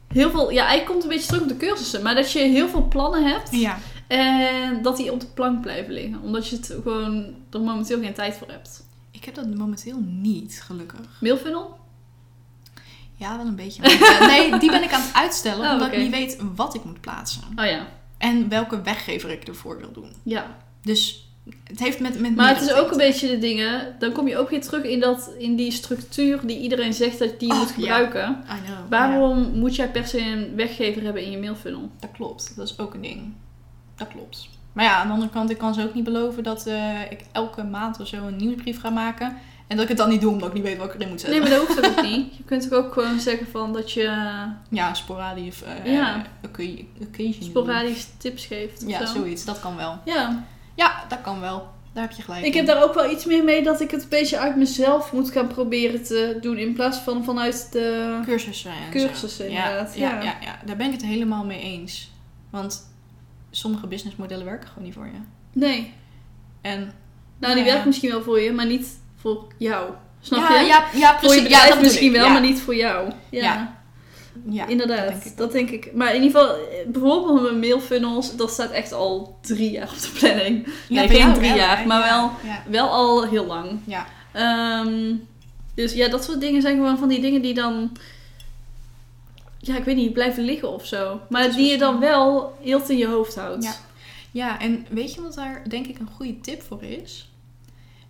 [SPEAKER 2] heel veel... Ja, eigenlijk komt het een beetje terug op de cursussen. Maar dat je heel veel plannen hebt.
[SPEAKER 1] Ja.
[SPEAKER 2] En dat die op de plank blijven liggen. Omdat je het gewoon er momenteel geen tijd voor hebt.
[SPEAKER 1] Ik heb dat momenteel niet, gelukkig.
[SPEAKER 2] Mailfunnel?
[SPEAKER 1] Ja, wel een beetje. maar- Nee, die ben ik aan het uitstellen,
[SPEAKER 2] Oh,
[SPEAKER 1] omdat
[SPEAKER 2] oké.
[SPEAKER 1] ik niet weet wat ik moet plaatsen.
[SPEAKER 2] Oh ja.
[SPEAKER 1] En welke weggever ik ervoor wil doen.
[SPEAKER 2] Ja.
[SPEAKER 1] Dus het heeft met... met
[SPEAKER 2] Maar het
[SPEAKER 1] meerdere
[SPEAKER 2] is ook een
[SPEAKER 1] dingen.
[SPEAKER 2] beetje de dingen... Dan kom je ook weer terug in, dat, in die structuur die iedereen zegt dat die je
[SPEAKER 1] Oh,
[SPEAKER 2] moet
[SPEAKER 1] ja. I
[SPEAKER 2] gebruiken.
[SPEAKER 1] know. ja,
[SPEAKER 2] Waarom moet jij per se een weggever hebben in je mailfunnel?
[SPEAKER 1] dat klopt. Dat is ook een ding. Dat klopt. Maar ja, aan de andere kant, ik kan ze ook niet beloven dat eh, ik elke maand of zo een nieuwsbrief ga maken. En dat ik het dan niet doe, omdat ik niet weet wat ik erin moet zetten.
[SPEAKER 2] Nee, maar dat hoeft ook niet. Je kunt ook gewoon zeggen van dat je
[SPEAKER 1] Ja, sporadisch. eh
[SPEAKER 2] Ja.
[SPEAKER 1] occa- occasionally.
[SPEAKER 2] sporadisch tips geeft of
[SPEAKER 1] Mm. Ja,
[SPEAKER 2] zo.
[SPEAKER 1] zoiets. Dat kan wel.
[SPEAKER 2] Ja,
[SPEAKER 1] Ja, dat kan wel. Daar heb je gelijk
[SPEAKER 2] ik
[SPEAKER 1] in.
[SPEAKER 2] heb daar ook wel iets meer mee dat ik het een beetje uit mezelf moet gaan proberen te doen. In plaats van vanuit de...
[SPEAKER 1] cursussen en
[SPEAKER 2] Cursussen,
[SPEAKER 1] zo.
[SPEAKER 2] inderdaad,
[SPEAKER 1] Ja,
[SPEAKER 2] ja.
[SPEAKER 1] ja. Ja, ja, daar ben ik het helemaal mee eens. Want sommige businessmodellen werken gewoon niet voor je.
[SPEAKER 2] Nee.
[SPEAKER 1] En,
[SPEAKER 2] Nou, die
[SPEAKER 1] Ja.
[SPEAKER 2] werkt misschien wel voor je, maar niet voor jou. Snap
[SPEAKER 1] ja,
[SPEAKER 2] je?
[SPEAKER 1] Ja, ja,
[SPEAKER 2] Voor je
[SPEAKER 1] precies.
[SPEAKER 2] bedrijf
[SPEAKER 1] ja, dat bedoel
[SPEAKER 2] misschien
[SPEAKER 1] ik.
[SPEAKER 2] wel,
[SPEAKER 1] Ja.
[SPEAKER 2] maar niet voor jou. ja.
[SPEAKER 1] Ja. Ja.
[SPEAKER 2] Inderdaad,
[SPEAKER 1] dat
[SPEAKER 2] dat
[SPEAKER 1] denk
[SPEAKER 2] denk,
[SPEAKER 1] ik
[SPEAKER 2] ik. Maar in ieder geval, eh, bijvoorbeeld mijn mailfunnels, dat staat echt al drie jaar op de planning. nee,
[SPEAKER 1] bij
[SPEAKER 2] geen
[SPEAKER 1] jou
[SPEAKER 2] drie
[SPEAKER 1] wel,
[SPEAKER 2] jaar,
[SPEAKER 1] hè? Ja,
[SPEAKER 2] maar wel,
[SPEAKER 1] Ja.
[SPEAKER 2] wel al heel lang.
[SPEAKER 1] Ja.
[SPEAKER 2] Ehm, dus ja, dat soort dingen zijn gewoon van die dingen die dan, ja, ik weet niet, blijven liggen of zo. Maar
[SPEAKER 1] is
[SPEAKER 2] die je dan
[SPEAKER 1] wel
[SPEAKER 2] wel heel in je hoofd houdt.
[SPEAKER 1] Ja. Ja, en weet je wat daar denk ik een goede tip voor is?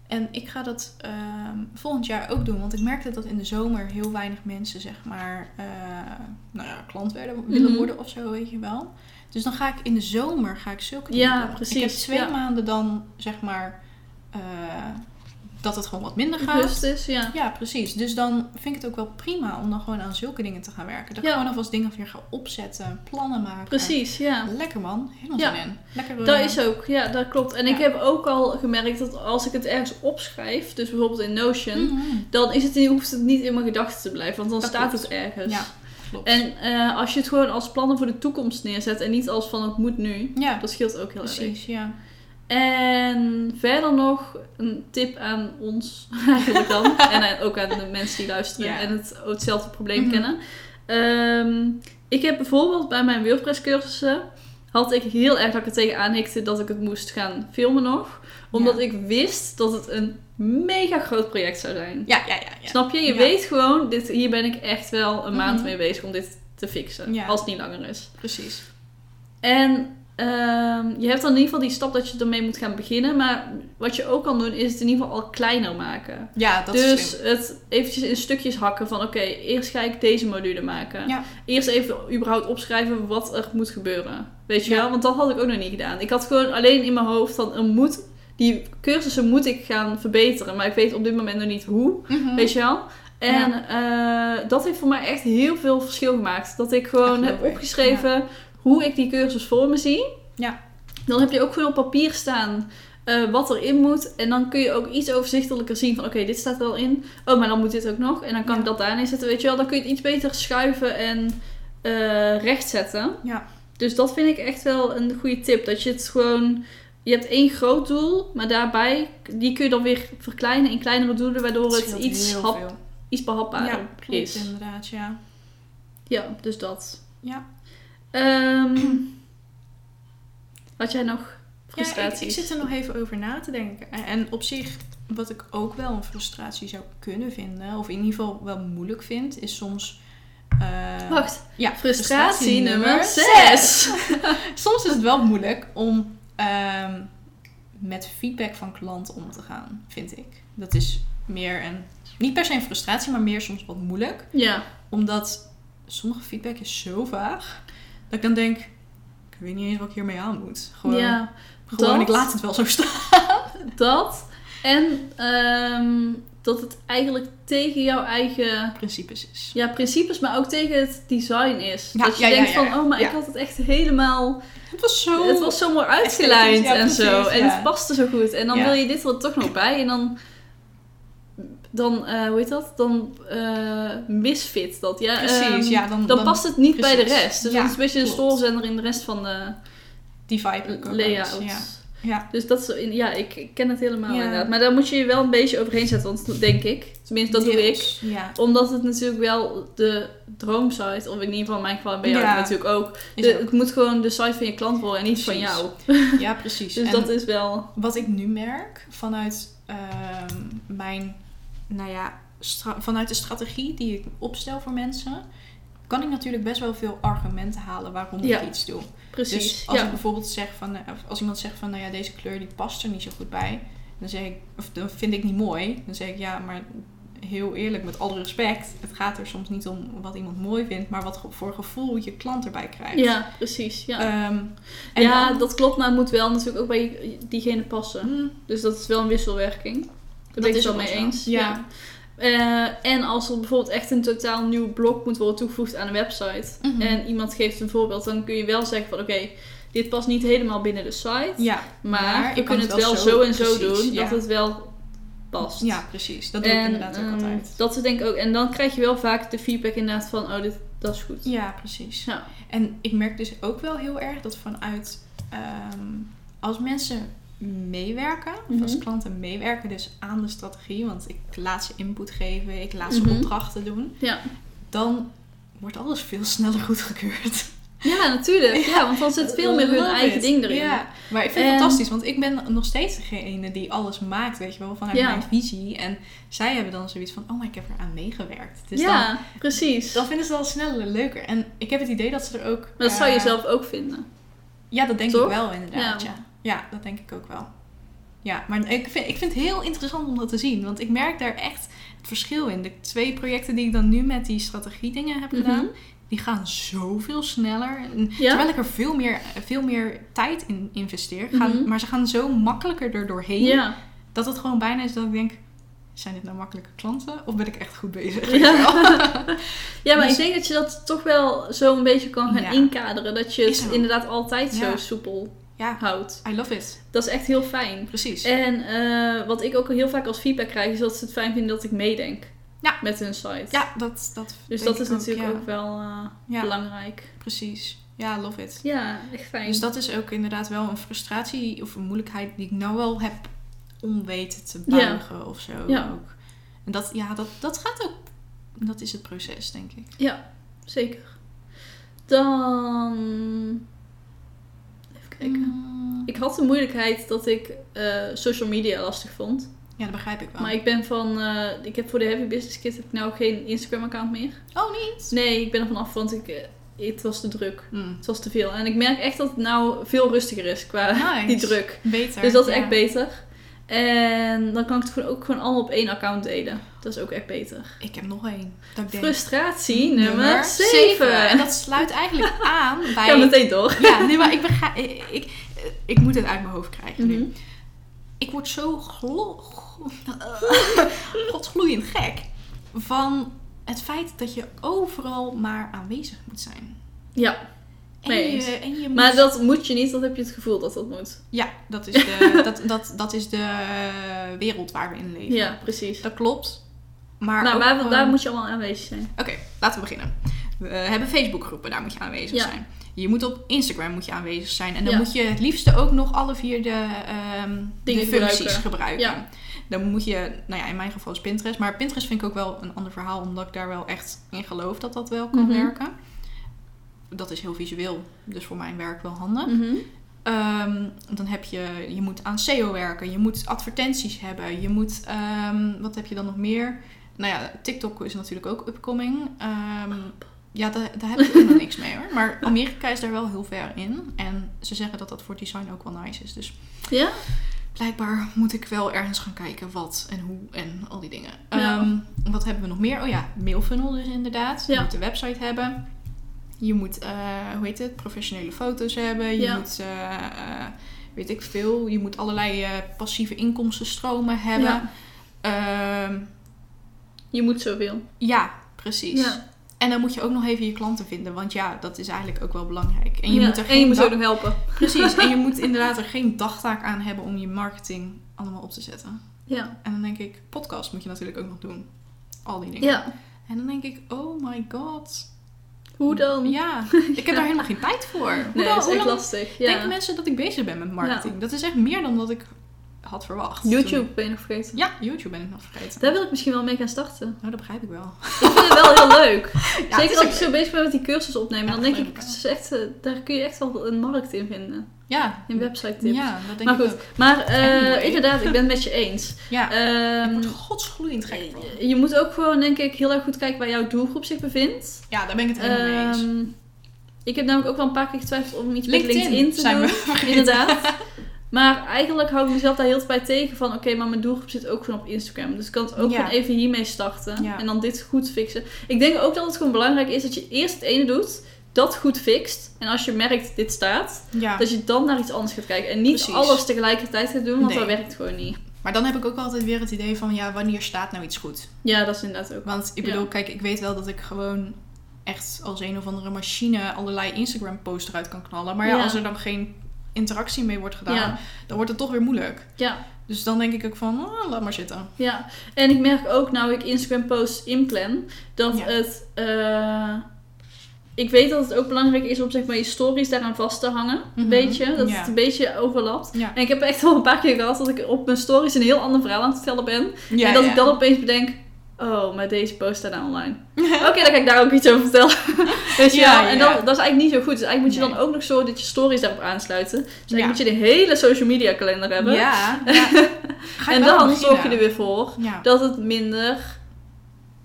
[SPEAKER 1] En ik ga dat ehm, volgend jaar ook doen, want ik merkte dat in de zomer heel weinig mensen, zeg maar, eh, nou ja, klant werden, willen
[SPEAKER 2] Mhm.
[SPEAKER 1] worden of zo, weet je wel. Dus dan ga ik in de zomer ga ik zulke
[SPEAKER 2] Ja,
[SPEAKER 1] doen.
[SPEAKER 2] precies,
[SPEAKER 1] Ik heb twee
[SPEAKER 2] ja.
[SPEAKER 1] maanden dan, zeg maar, eh, dat het gewoon wat minder gaat.
[SPEAKER 2] Rust is, ja.
[SPEAKER 1] Ja, precies. Dus dan vind ik het ook wel prima om dan gewoon aan zulke dingen te gaan werken. Dat
[SPEAKER 2] Ja.
[SPEAKER 1] ik gewoon alvast dingen weer ga opzetten, plannen maken.
[SPEAKER 2] Precies, ja.
[SPEAKER 1] Lekker man, helemaal
[SPEAKER 2] Ja.
[SPEAKER 1] zin in. Lekker,
[SPEAKER 2] Dat
[SPEAKER 1] eh,
[SPEAKER 2] is ook, ja, dat klopt. En ik
[SPEAKER 1] Ja.
[SPEAKER 2] heb ook al gemerkt dat als ik het ergens opschrijf, dus bijvoorbeeld in Notion,
[SPEAKER 1] Mhm.
[SPEAKER 2] dan is het, hoeft het niet in mijn gedachten te blijven, want dan
[SPEAKER 1] Dat
[SPEAKER 2] staat
[SPEAKER 1] klopt.
[SPEAKER 2] het ergens.
[SPEAKER 1] Ja, klopt.
[SPEAKER 2] En eh, als je het gewoon als plannen voor de toekomst neerzet en niet als van het moet nu,
[SPEAKER 1] ja,
[SPEAKER 2] dat scheelt ook heel erg.
[SPEAKER 1] precies, ja.
[SPEAKER 2] En verder nog een tip aan ons eigenlijk dan, en aan- ook aan de mensen die luisteren
[SPEAKER 1] Ja.
[SPEAKER 2] en het, hetzelfde probleem
[SPEAKER 1] Mhm.
[SPEAKER 2] kennen. Ehm, ik heb bijvoorbeeld bij mijn WordPress cursussen, had ik heel erg dat ik er tegenaan hikte dat ik het moest gaan filmen nog. Omdat
[SPEAKER 1] Ja.
[SPEAKER 2] ik wist dat het een mega groot project zou zijn.
[SPEAKER 1] Ja, ja, ja. ja.
[SPEAKER 2] Snap je? Je
[SPEAKER 1] Ja.
[SPEAKER 2] weet gewoon, dit, hier ben ik echt wel een maand
[SPEAKER 1] Mhm.
[SPEAKER 2] mee bezig om dit te fixen.
[SPEAKER 1] Ja.
[SPEAKER 2] Als het niet langer is.
[SPEAKER 1] Precies.
[SPEAKER 2] En ehm, je hebt dan in ieder geval die stap dat je ermee moet gaan beginnen. Maar wat je ook kan doen, is het in ieder geval al kleiner maken.
[SPEAKER 1] Ja, dat is
[SPEAKER 2] dus
[SPEAKER 1] slim.
[SPEAKER 2] het eventjes in stukjes hakken van oké, eerst ga ik deze module maken.
[SPEAKER 1] Ja.
[SPEAKER 2] Eerst even überhaupt opschrijven wat er moet gebeuren. Weet je
[SPEAKER 1] Ja.
[SPEAKER 2] wel? Want dat had ik ook nog niet gedaan. Ik had gewoon alleen in mijn hoofd van er moet, die cursussen moet ik gaan verbeteren. Maar ik weet op dit moment nog niet hoe.
[SPEAKER 1] Mhm.
[SPEAKER 2] Weet je wel? En eh, dat heeft voor mij echt heel veel verschil gemaakt. Dat ik gewoon
[SPEAKER 1] Echt
[SPEAKER 2] heb
[SPEAKER 1] leuk.
[SPEAKER 2] opgeschreven hoe ik die cursus voor me zie.
[SPEAKER 1] Ja.
[SPEAKER 2] Dan heb je ook gewoon op papier staan eh, wat erin moet. En dan kun je ook iets overzichtelijker zien van oké, dit staat er al in. Oh, maar dan moet dit ook nog. En dan kan
[SPEAKER 1] Ja.
[SPEAKER 2] ik dat daarin zetten, weet je wel. Dan kun je het iets beter schuiven en eh rechtzetten.
[SPEAKER 1] Ja.
[SPEAKER 2] Dus dat vind ik echt wel een goede tip. Dat je het gewoon... Je hebt één groot doel, maar daarbij... Die kun je dan weer verkleinen in kleinere doelen... waardoor het
[SPEAKER 1] scheelt
[SPEAKER 2] iets
[SPEAKER 1] heel
[SPEAKER 2] hap,
[SPEAKER 1] veel.
[SPEAKER 2] iets behapbaarder
[SPEAKER 1] Ja, klopt
[SPEAKER 2] is.
[SPEAKER 1] inderdaad, ja.
[SPEAKER 2] Ja, dus dat.
[SPEAKER 1] Ja.
[SPEAKER 2] Ehm, had jij nog
[SPEAKER 1] ja ik,
[SPEAKER 2] frustraties?
[SPEAKER 1] ik zit er nog even over na te denken. En- En op zich, wat ik ook wel een frustratie zou kunnen vinden, of in ieder geval wel moeilijk vind, is soms... eh,
[SPEAKER 2] Wacht,
[SPEAKER 1] ja,
[SPEAKER 2] frustratie nummer
[SPEAKER 1] zes.
[SPEAKER 2] 6.
[SPEAKER 1] Soms is het wel moeilijk om ehm, met feedback van klanten om te gaan, vind ik. Dat is meer een, niet per se een frustratie, maar meer soms wat moeilijk.
[SPEAKER 2] Ja,
[SPEAKER 1] Omdat sommige feedback is zo vaag, dat ik dan denk, ik weet niet eens wat ik hiermee aan moet. Gewoon,
[SPEAKER 2] ja,
[SPEAKER 1] gewoon
[SPEAKER 2] dat-
[SPEAKER 1] ik laat het wel zo staan.
[SPEAKER 2] dat. En ehm, dat het eigenlijk tegen jouw eigen
[SPEAKER 1] Principes is.
[SPEAKER 2] ja, principes, maar ook tegen het design is.
[SPEAKER 1] Ja,
[SPEAKER 2] dat je
[SPEAKER 1] ja, ja,
[SPEAKER 2] denkt
[SPEAKER 1] ja,
[SPEAKER 2] van,
[SPEAKER 1] ja.
[SPEAKER 2] oh, maar
[SPEAKER 1] Ja.
[SPEAKER 2] ik had het echt helemaal...
[SPEAKER 1] Het was zo...
[SPEAKER 2] Het was zo mooi uitgelijnd
[SPEAKER 1] Ja,
[SPEAKER 2] en zo.
[SPEAKER 1] precies,
[SPEAKER 2] En
[SPEAKER 1] ja.
[SPEAKER 2] het paste zo goed. En dan
[SPEAKER 1] Ja.
[SPEAKER 2] wil je dit er toch nog bij. En dan dan, eh, hoe heet dat? Dan eh, misfit dat. Ja,
[SPEAKER 1] Precies,
[SPEAKER 2] ehm,
[SPEAKER 1] ja. Dan,
[SPEAKER 2] Dan, past het niet bij de
[SPEAKER 1] precies.
[SPEAKER 2] rest. Dus
[SPEAKER 1] Ja,
[SPEAKER 2] het is een beetje een
[SPEAKER 1] klopt.
[SPEAKER 2] stoorzender in de rest van de
[SPEAKER 1] die vibe ook wel
[SPEAKER 2] layout.
[SPEAKER 1] uit, Ja. ja.
[SPEAKER 2] Dus dat is, in- ja, ik, ik ken het helemaal
[SPEAKER 1] Ja.
[SPEAKER 2] inderdaad. Maar daar moet je je wel een beetje overheen zetten, want denk ik. Tenminste, dat doe ik.
[SPEAKER 1] Deels, Ja.
[SPEAKER 2] Omdat het natuurlijk wel de droomsite, of in ieder geval in mijn geval bij jou
[SPEAKER 1] Ja.
[SPEAKER 2] natuurlijk ook.
[SPEAKER 1] Is
[SPEAKER 2] De-
[SPEAKER 1] ook.
[SPEAKER 2] het moet gewoon de site van je klant worden en niet van
[SPEAKER 1] Precies.
[SPEAKER 2] jou.
[SPEAKER 1] ja, precies.
[SPEAKER 2] Dus
[SPEAKER 1] En-
[SPEAKER 2] dat is wel...
[SPEAKER 1] Wat ik nu merk vanuit ehm, mijn, nou ja, stra- vanuit de strategie die ik opstel voor mensen, kan ik natuurlijk best wel veel argumenten halen waarom
[SPEAKER 2] Ja.
[SPEAKER 1] ik iets doe.
[SPEAKER 2] Precies.
[SPEAKER 1] Dus als
[SPEAKER 2] ja.
[SPEAKER 1] ik bijvoorbeeld zeg van, eh, of als iemand zegt van, nou ja, deze kleur die past er niet zo goed bij, dan zeg ik, of dan vind ik niet mooi, dan zeg ik ja, maar heel eerlijk, met alle respect, het gaat er soms niet om wat iemand mooi vindt, maar wat ge- voor gevoel je klant erbij krijgt.
[SPEAKER 2] ja, precies. Ja,
[SPEAKER 1] Ehm, en
[SPEAKER 2] ja
[SPEAKER 1] dan-
[SPEAKER 2] dat klopt, maar het moet wel natuurlijk ook bij diegene passen.
[SPEAKER 1] Hm,
[SPEAKER 2] Dus dat is wel een wisselwerking. Daar ben ik
[SPEAKER 1] is
[SPEAKER 2] het wel
[SPEAKER 1] ook
[SPEAKER 2] mee
[SPEAKER 1] wel zo.
[SPEAKER 2] eens.
[SPEAKER 1] Ja.
[SPEAKER 2] Eh, en als er bijvoorbeeld echt een totaal nieuw blok moet worden toegevoegd aan een website.
[SPEAKER 1] Mhm.
[SPEAKER 2] En iemand geeft een voorbeeld, dan kun je wel zeggen van oké, dit past niet helemaal binnen de site.
[SPEAKER 1] ja,
[SPEAKER 2] Maar,
[SPEAKER 1] Maar je
[SPEAKER 2] we
[SPEAKER 1] kan
[SPEAKER 2] kunnen
[SPEAKER 1] het
[SPEAKER 2] het
[SPEAKER 1] wel
[SPEAKER 2] wel
[SPEAKER 1] zo-
[SPEAKER 2] zo, en zo
[SPEAKER 1] precies,
[SPEAKER 2] doen
[SPEAKER 1] ja.
[SPEAKER 2] dat het wel past.
[SPEAKER 1] ja, precies. Dat doe ik
[SPEAKER 2] En,
[SPEAKER 1] inderdaad ook
[SPEAKER 2] ehm,
[SPEAKER 1] altijd.
[SPEAKER 2] Dat is denk ik ook. En dan krijg je wel vaak de feedback inderdaad van oh, dit dat is goed. Nou.
[SPEAKER 1] Ja, precies.
[SPEAKER 2] Ja.
[SPEAKER 1] En ik merk dus ook wel heel erg dat vanuit ehm, als mensen meewerken, of als
[SPEAKER 2] Mhm.
[SPEAKER 1] klanten meewerken dus aan de strategie, want ik laat ze input geven, ik laat ze
[SPEAKER 2] Mhm.
[SPEAKER 1] opdrachten doen,
[SPEAKER 2] Ja.
[SPEAKER 1] dan wordt alles veel sneller goedgekeurd.
[SPEAKER 2] Ja, natuurlijk. Ja, want dan zit veel meer hun
[SPEAKER 1] Love
[SPEAKER 2] eigen
[SPEAKER 1] it.
[SPEAKER 2] ding erin. Ehm,
[SPEAKER 1] Ja, maar ik vind het
[SPEAKER 2] En-
[SPEAKER 1] fantastisch, want ik ben nog steeds degene die alles maakt, weet je wel, vanuit
[SPEAKER 2] Ja.
[SPEAKER 1] mijn visie. En zij hebben dan zoiets van, oh, maar ik heb er aan meegewerkt. Dus dan,
[SPEAKER 2] ja, precies.
[SPEAKER 1] dan vinden ze het al sneller leuker. En ik heb het idee dat ze er ook...
[SPEAKER 2] maar dat zou je
[SPEAKER 1] eh,
[SPEAKER 2] zelf ook vinden.
[SPEAKER 1] Ja, dat denk ik
[SPEAKER 2] Toch?
[SPEAKER 1] wel inderdaad. Ja.
[SPEAKER 2] Ja.
[SPEAKER 1] Ja. dat denk ik ook wel. Ja, maar ik vind, ik vind het heel interessant om dat te zien. Want ik merk daar echt het verschil in. De twee projecten die ik dan nu met die strategiedingen heb gedaan,
[SPEAKER 2] Mhm.
[SPEAKER 1] die gaan zoveel sneller. En
[SPEAKER 2] Ja?
[SPEAKER 1] Terwijl ik er veel meer, veel meer tijd in investeer. Gaan,
[SPEAKER 2] Mhm.
[SPEAKER 1] Maar ze gaan zo makkelijker er doorheen.
[SPEAKER 2] Ja.
[SPEAKER 1] Dat het gewoon bijna is dat ik denk, zijn dit nou makkelijke klanten? Of ben ik echt goed bezig?
[SPEAKER 2] Ja.
[SPEAKER 1] Weet je wel?
[SPEAKER 2] Ja, maar
[SPEAKER 1] Dus-
[SPEAKER 2] ik denk dat je dat toch wel zo een beetje kan gaan
[SPEAKER 1] Ja.
[SPEAKER 2] inkaderen. Dat je
[SPEAKER 1] Is
[SPEAKER 2] het
[SPEAKER 1] zo.
[SPEAKER 2] inderdaad altijd
[SPEAKER 1] Ja.
[SPEAKER 2] zo soepel
[SPEAKER 1] ja,
[SPEAKER 2] houdt.
[SPEAKER 1] I love it.
[SPEAKER 2] Dat is echt heel fijn.
[SPEAKER 1] Precies.
[SPEAKER 2] En eh, wat ik ook heel vaak als feedback krijg, is dat ze het fijn vinden dat ik meedenk
[SPEAKER 1] Ja.
[SPEAKER 2] met hun site.
[SPEAKER 1] ja, dat, dat
[SPEAKER 2] Dus
[SPEAKER 1] denk
[SPEAKER 2] dat
[SPEAKER 1] ik
[SPEAKER 2] is natuurlijk
[SPEAKER 1] ja.
[SPEAKER 2] ook wel eh,
[SPEAKER 1] Ja.
[SPEAKER 2] belangrijk.
[SPEAKER 1] Precies. Ja, love it.
[SPEAKER 2] Ja, echt fijn.
[SPEAKER 1] Dus dat is ook inderdaad wel een frustratie of een moeilijkheid die ik nou wel heb om weten te
[SPEAKER 2] Ja.
[SPEAKER 1] buigen of zo.
[SPEAKER 2] Ja.
[SPEAKER 1] Ook. En dat, ja, dat, dat gaat ook. Dat is het proces, denk ik.
[SPEAKER 2] Zeker. Dan... Even kijken.
[SPEAKER 1] Mm.
[SPEAKER 2] Ik had de moeilijkheid dat ik eh, social media lastig vond.
[SPEAKER 1] Ja, dat begrijp ik wel.
[SPEAKER 2] Maar ik ben van... eh, ik heb voor de Heavy Business Kit heb ik nou geen Instagram account meer.
[SPEAKER 1] Oh, niet?
[SPEAKER 2] Nee, ik ben er vanaf, want ik, eh, het was te druk.
[SPEAKER 1] Mm.
[SPEAKER 2] Het was te veel. En ik merk echt dat het nou veel rustiger is qua
[SPEAKER 1] Nice.
[SPEAKER 2] die druk.
[SPEAKER 1] Beter.
[SPEAKER 2] Dus dat is
[SPEAKER 1] ja.
[SPEAKER 2] echt beter. En dan kan ik het gewoon ook gewoon allemaal op één account delen. Dat is ook echt beter.
[SPEAKER 1] Ik heb nog één. Dat ik denk,
[SPEAKER 2] Frustratie nummer
[SPEAKER 1] zeven. En
[SPEAKER 2] 7.
[SPEAKER 1] dat sluit eigenlijk aan bij...
[SPEAKER 2] Ga meteen door.
[SPEAKER 1] Ja, nee, maar ik, begrijp, ik, ik, ik moet het uit mijn hoofd krijgen nu.
[SPEAKER 2] Mhm.
[SPEAKER 1] ik word zo glo- go- godsgloeiend gek van het feit dat je overal maar aanwezig moet zijn.
[SPEAKER 2] Ja,
[SPEAKER 1] En
[SPEAKER 2] Mee eens.
[SPEAKER 1] je, en je moet-
[SPEAKER 2] maar dat moet je niet, dat heb je het gevoel dat dat moet.
[SPEAKER 1] Ja, dat is, de, dat, dat, dat is de wereld waar we in leven.
[SPEAKER 2] Ja, precies.
[SPEAKER 1] Dat klopt. Maar
[SPEAKER 2] nou,
[SPEAKER 1] ook eh,
[SPEAKER 2] waar,
[SPEAKER 1] gewoon-
[SPEAKER 2] daar moet je allemaal aanwezig zijn.
[SPEAKER 1] Oké, laten we beginnen. We hebben Facebookgroepen, daar moet je aanwezig
[SPEAKER 2] Ja.
[SPEAKER 1] zijn. Je moet op Instagram moet je aanwezig zijn. En dan
[SPEAKER 2] Ja.
[SPEAKER 1] moet je het liefste ook nog alle vier de, ehm de
[SPEAKER 2] Dingen
[SPEAKER 1] functies gebruiken.
[SPEAKER 2] gebruiken. Ja.
[SPEAKER 1] Dan moet je, nou ja, in mijn geval is Pinterest. Maar Pinterest vind ik ook wel een ander verhaal, omdat ik daar wel echt in geloof dat dat wel kan
[SPEAKER 2] Mhm.
[SPEAKER 1] werken. Dat is heel visueel, dus voor mijn werk wel handig.
[SPEAKER 2] Mhm.
[SPEAKER 1] Ehm, dan heb je, je moet aan SEO werken, je moet advertenties hebben, je moet, ehm, wat heb je dan nog meer? Nou ja, TikTok is natuurlijk ook upcoming. Ehm, ja, daar, daar heb ik ook nog niks mee hoor. Maar Amerika is daar wel heel ver in. En ze zeggen dat dat voor design ook wel nice is. Dus
[SPEAKER 2] Ja?
[SPEAKER 1] blijkbaar moet ik wel ergens gaan kijken wat en hoe en al die dingen.
[SPEAKER 2] Ja.
[SPEAKER 1] Ehm, wat hebben we nog meer? Oh ja, mailfunnel dus inderdaad. Je
[SPEAKER 2] Ja.
[SPEAKER 1] moet een website hebben. Je moet, eh, hoe heet het, professionele foto's hebben. Je
[SPEAKER 2] Ja.
[SPEAKER 1] moet, eh, eh, weet ik veel, je moet allerlei eh, passieve inkomstenstromen hebben.
[SPEAKER 2] Ja.
[SPEAKER 1] Ja,
[SPEAKER 2] Je moet zoveel.
[SPEAKER 1] ja precies.
[SPEAKER 2] Ja.
[SPEAKER 1] En dan moet je ook nog even je klanten vinden. Want ja, dat is eigenlijk ook wel belangrijk. En je
[SPEAKER 2] Ja,
[SPEAKER 1] moet er
[SPEAKER 2] en je
[SPEAKER 1] geen
[SPEAKER 2] moet
[SPEAKER 1] dag-
[SPEAKER 2] ook nog helpen.
[SPEAKER 1] Precies, en je moet inderdaad er geen dagtaak aan hebben om je marketing allemaal op te zetten.
[SPEAKER 2] Ja.
[SPEAKER 1] En dan denk ik, podcast moet je natuurlijk ook nog doen. Al die dingen.
[SPEAKER 2] ja.
[SPEAKER 1] En dan denk ik, oh my god.
[SPEAKER 2] Hoe dan?
[SPEAKER 1] Ja, ik heb daar helemaal geen tijd voor. Hoe
[SPEAKER 2] Nee,
[SPEAKER 1] dan,
[SPEAKER 2] dat is
[SPEAKER 1] hoe
[SPEAKER 2] echt
[SPEAKER 1] lang
[SPEAKER 2] lastig. Ja.
[SPEAKER 1] denken mensen dat ik bezig ben met marketing? Dat is echt meer dan dat ik had verwacht. Toen-
[SPEAKER 2] YouTube ben je nog vergeten.
[SPEAKER 1] Ja, YouTube ben ik nog vergeten.
[SPEAKER 2] Daar wil ik misschien wel mee gaan starten.
[SPEAKER 1] Nou, dat begrijp ik wel.
[SPEAKER 2] Ik vind het wel heel leuk.
[SPEAKER 1] Ja, het
[SPEAKER 2] Zeker
[SPEAKER 1] is
[SPEAKER 2] als
[SPEAKER 1] ook
[SPEAKER 2] ik zo bezig ben met die cursus opnemen,
[SPEAKER 1] Ja,
[SPEAKER 2] dan denk
[SPEAKER 1] dat
[SPEAKER 2] ik,
[SPEAKER 1] geloof ik
[SPEAKER 2] het is echt, eh, daar kun je echt wel een markt in vinden.
[SPEAKER 1] Ja.
[SPEAKER 2] In website tips.
[SPEAKER 1] Ja, dat denk
[SPEAKER 2] maar
[SPEAKER 1] ik
[SPEAKER 2] goed,
[SPEAKER 1] ook.
[SPEAKER 2] maar eh,
[SPEAKER 1] Anyway.
[SPEAKER 2] inderdaad, ik ben het met je eens.
[SPEAKER 1] Ja, ik
[SPEAKER 2] Ehm, eh,
[SPEAKER 1] word godsgloeiend gek van.
[SPEAKER 2] je- je moet ook gewoon, denk ik, heel erg goed kijken waar jouw doelgroep zich bevindt.
[SPEAKER 1] Ja, daar ben ik het helemaal mee eens.
[SPEAKER 2] Ehm, ik heb namelijk ook wel een paar keer getwijfeld om iets
[SPEAKER 1] LinkedIn,
[SPEAKER 2] met LinkedIn te
[SPEAKER 1] zijn
[SPEAKER 2] doen.
[SPEAKER 1] we vergeten.
[SPEAKER 2] Inderdaad. Maar eigenlijk hou ik mezelf daar heel de tijd tegen van... oké, maar mijn doelgroep zit ook gewoon op Instagram. Dus ik kan het ook
[SPEAKER 1] Ja.
[SPEAKER 2] gewoon even hiermee starten.
[SPEAKER 1] Ja.
[SPEAKER 2] En dan dit goed fixen. Ik denk ook dat het gewoon belangrijk is dat je eerst het ene doet... dat goed fixt. En als je merkt, dit staat...
[SPEAKER 1] Ja.
[SPEAKER 2] dat je dan naar iets anders gaat kijken. En niet
[SPEAKER 1] Ah. Precies.
[SPEAKER 2] alles tegelijkertijd gaat doen, want
[SPEAKER 1] Nee.
[SPEAKER 2] dat werkt gewoon niet.
[SPEAKER 1] Maar dan heb ik ook altijd weer het idee van, ja, wanneer staat nou iets goed?
[SPEAKER 2] Ja, dat is inderdaad ook.
[SPEAKER 1] Want ik
[SPEAKER 2] Ja.
[SPEAKER 1] bedoel, kijk, ik weet wel dat ik gewoon echt als een of andere machine allerlei Instagram-posts eruit kan knallen. Maar ja,
[SPEAKER 2] Ja.
[SPEAKER 1] als er dan geen interactie mee wordt gedaan,
[SPEAKER 2] Ja.
[SPEAKER 1] dan wordt het toch weer moeilijk.
[SPEAKER 2] Ja.
[SPEAKER 1] Dus dan denk ik ook van, ah, laat maar zitten.
[SPEAKER 2] Ja, en ik merk ook nou ik Instagram posts inplan, dat
[SPEAKER 1] Ja.
[SPEAKER 2] het... eh, ik weet dat het ook belangrijk is om zeg maar je stories daaraan vast te hangen,
[SPEAKER 1] Mhm,
[SPEAKER 2] een beetje. Dat
[SPEAKER 1] ja.
[SPEAKER 2] het een beetje overlapt.
[SPEAKER 1] Ja.
[SPEAKER 2] En ik heb echt al een paar keer gehad dat ik op mijn stories een heel ander verhaal aan het vertellen ben.
[SPEAKER 1] Ja,
[SPEAKER 2] en dat
[SPEAKER 1] ja.
[SPEAKER 2] ik dan opeens bedenk, oh, maar deze post staat nou online. Oké, dan ga ik daar ook iets over vertellen. Weet je
[SPEAKER 1] Ja,
[SPEAKER 2] wel? En
[SPEAKER 1] ja.
[SPEAKER 2] dat, dat is eigenlijk niet zo goed. Dus eigenlijk moet je
[SPEAKER 1] Nee.
[SPEAKER 2] dan ook nog zo dat je stories daarop aansluiten. Dus
[SPEAKER 1] Ja.
[SPEAKER 2] eigenlijk moet je de hele social media kalender hebben.
[SPEAKER 1] Ja, ja. Ga ik
[SPEAKER 2] En
[SPEAKER 1] wel
[SPEAKER 2] dan
[SPEAKER 1] beginnen.
[SPEAKER 2] zorg je er weer voor
[SPEAKER 1] Ja. Mm,
[SPEAKER 2] dat het minder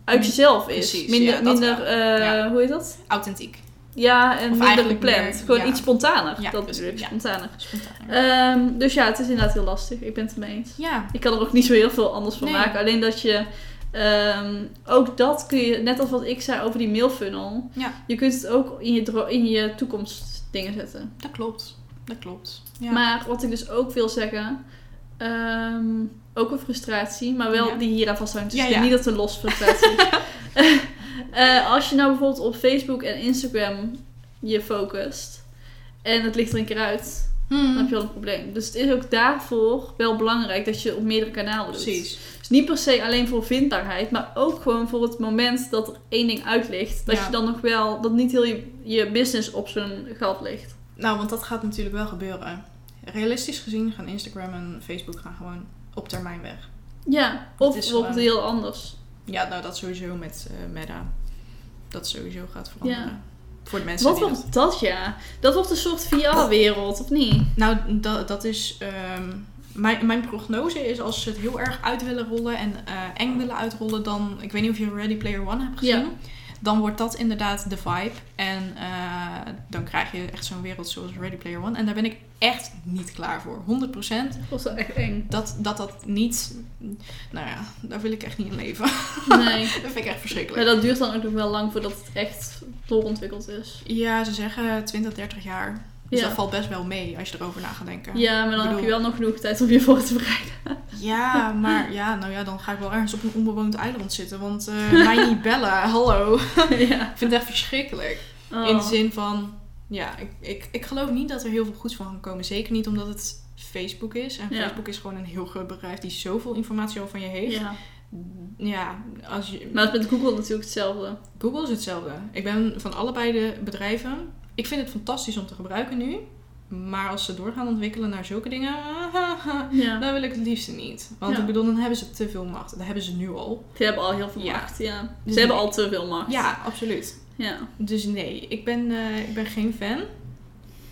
[SPEAKER 2] uit jezelf is.
[SPEAKER 1] Precies,
[SPEAKER 2] minder,
[SPEAKER 1] ja, dat
[SPEAKER 2] minder
[SPEAKER 1] wel.
[SPEAKER 2] eh,
[SPEAKER 1] Ja.
[SPEAKER 2] hoe heet dat?
[SPEAKER 1] Authentiek.
[SPEAKER 2] Ja, en
[SPEAKER 1] Of
[SPEAKER 2] minder
[SPEAKER 1] eigenlijk
[SPEAKER 2] gepland.
[SPEAKER 1] meer,
[SPEAKER 2] Gewoon
[SPEAKER 1] ja.
[SPEAKER 2] iets spontaner.
[SPEAKER 1] Ja,
[SPEAKER 2] dat
[SPEAKER 1] precies,
[SPEAKER 2] bedoel ik,
[SPEAKER 1] ja.
[SPEAKER 2] spontaner.
[SPEAKER 1] Spontaan.
[SPEAKER 2] Ehm, dus ja, het is inderdaad heel lastig. Ik ben het ermee eens.
[SPEAKER 1] ja,
[SPEAKER 2] Ik kan er ook niet zo heel veel anders van
[SPEAKER 1] Nee.
[SPEAKER 2] maken. Alleen dat je... ehm, ook dat kun je, net als wat ik zei over die mailfunnel,
[SPEAKER 1] Ja.
[SPEAKER 2] je kunt het ook in je, dro- in je toekomst dingen zetten.
[SPEAKER 1] dat klopt. Dat klopt. Ja.
[SPEAKER 2] Maar wat ik dus ook wil zeggen, ehm, ook een frustratie, maar wel
[SPEAKER 1] Ja.
[SPEAKER 2] die hier aan vasthangt. Dus
[SPEAKER 1] Ja,
[SPEAKER 2] ik denk
[SPEAKER 1] ja.
[SPEAKER 2] niet dat het een los frustratie is. Eh, als je nou bijvoorbeeld op Facebook en Instagram je focust en het ligt er een keer uit,
[SPEAKER 1] Hmm.
[SPEAKER 2] dan heb je wel een probleem. Dus het is ook daarvoor wel belangrijk dat je op meerdere kanalen doet.
[SPEAKER 1] Precies.
[SPEAKER 2] Dus niet per se alleen voor vindbaarheid, maar ook gewoon voor het moment dat er één ding uit ligt. Dat
[SPEAKER 1] Ja.
[SPEAKER 2] je dan nog wel, dat niet heel je, je business op zo'n gat ligt.
[SPEAKER 1] Nou, want dat gaat natuurlijk wel gebeuren. Realistisch gezien gaan Instagram en Facebook gaan gewoon op termijn weg.
[SPEAKER 2] Ja,
[SPEAKER 1] Dat
[SPEAKER 2] of
[SPEAKER 1] is
[SPEAKER 2] bijvoorbeeld
[SPEAKER 1] gewoon-
[SPEAKER 2] heel anders.
[SPEAKER 1] Ja, nou dat sowieso met eh Meta. Dat sowieso gaat veranderen. Voor de mensen
[SPEAKER 2] Wat
[SPEAKER 1] die dat...
[SPEAKER 2] wordt dat ja? Dat wordt een soort VR-wereld, of niet?
[SPEAKER 1] Nou, dat, dat is... ehm, mijn, mijn prognose is als ze het heel erg uit willen rollen en eh, eng willen uitrollen, dan... Ik weet niet of je Ready Player One hebt gezien.
[SPEAKER 2] Ja.
[SPEAKER 1] Dan wordt dat inderdaad de vibe. En eh, dan krijg je echt zo'n wereld zoals Ready Player One. En daar ben ik echt niet klaar voor. 100%.
[SPEAKER 2] Dat was wel echt eng.
[SPEAKER 1] dat dat, dat niet. Nou ja, daar wil ik echt niet in leven.
[SPEAKER 2] Nee.
[SPEAKER 1] dat vind ik echt
[SPEAKER 2] Maar
[SPEAKER 1] verschrikkelijk.
[SPEAKER 2] dat duurt dan ook nog wel lang voordat het echt doorontwikkeld is.
[SPEAKER 1] Ja, ze zeggen 20, 30 jaar. Dus
[SPEAKER 2] Ja.
[SPEAKER 1] dat valt best wel mee als je erover na gaat denken.
[SPEAKER 2] Ja, maar dan
[SPEAKER 1] Ik
[SPEAKER 2] heb je
[SPEAKER 1] bedoel-
[SPEAKER 2] wel nog genoeg tijd om je voor te bereiden.
[SPEAKER 1] Ja, maar ja, nou ja, dan ga ik wel ergens op een onbewoond eiland zitten. Want eh, mij niet bellen, hallo. Ik
[SPEAKER 2] ja.
[SPEAKER 1] vind het echt verschrikkelijk.
[SPEAKER 2] Oh.
[SPEAKER 1] In de zin van, ja, ik, ik, ik geloof niet dat er heel veel goeds van kan komen. Zeker niet omdat het Facebook is. En
[SPEAKER 2] Ja.
[SPEAKER 1] Facebook is gewoon een heel groot bedrijf die zoveel informatie al van je heeft. Ja,
[SPEAKER 2] Ja.
[SPEAKER 1] als je...
[SPEAKER 2] Maar het is met Google natuurlijk hetzelfde.
[SPEAKER 1] Google is hetzelfde. Ik ben van allebei de bedrijven. Ik vind het fantastisch om te gebruiken nu. Maar als ze door gaan ontwikkelen naar zulke dingen,
[SPEAKER 2] Ja.
[SPEAKER 1] dan Nou, wil ik het liefst niet. Want
[SPEAKER 2] Ja.
[SPEAKER 1] ik bedoel, dan hebben ze te veel macht. Dat hebben ze nu al.
[SPEAKER 2] Ze hebben al heel veel
[SPEAKER 1] Ja.
[SPEAKER 2] macht, ja.
[SPEAKER 1] Dus
[SPEAKER 2] Ze hebben
[SPEAKER 1] nee.
[SPEAKER 2] al te veel macht.
[SPEAKER 1] Ja, absoluut.
[SPEAKER 2] Ja.
[SPEAKER 1] Dus nee, ik ben, eh, ik ben geen fan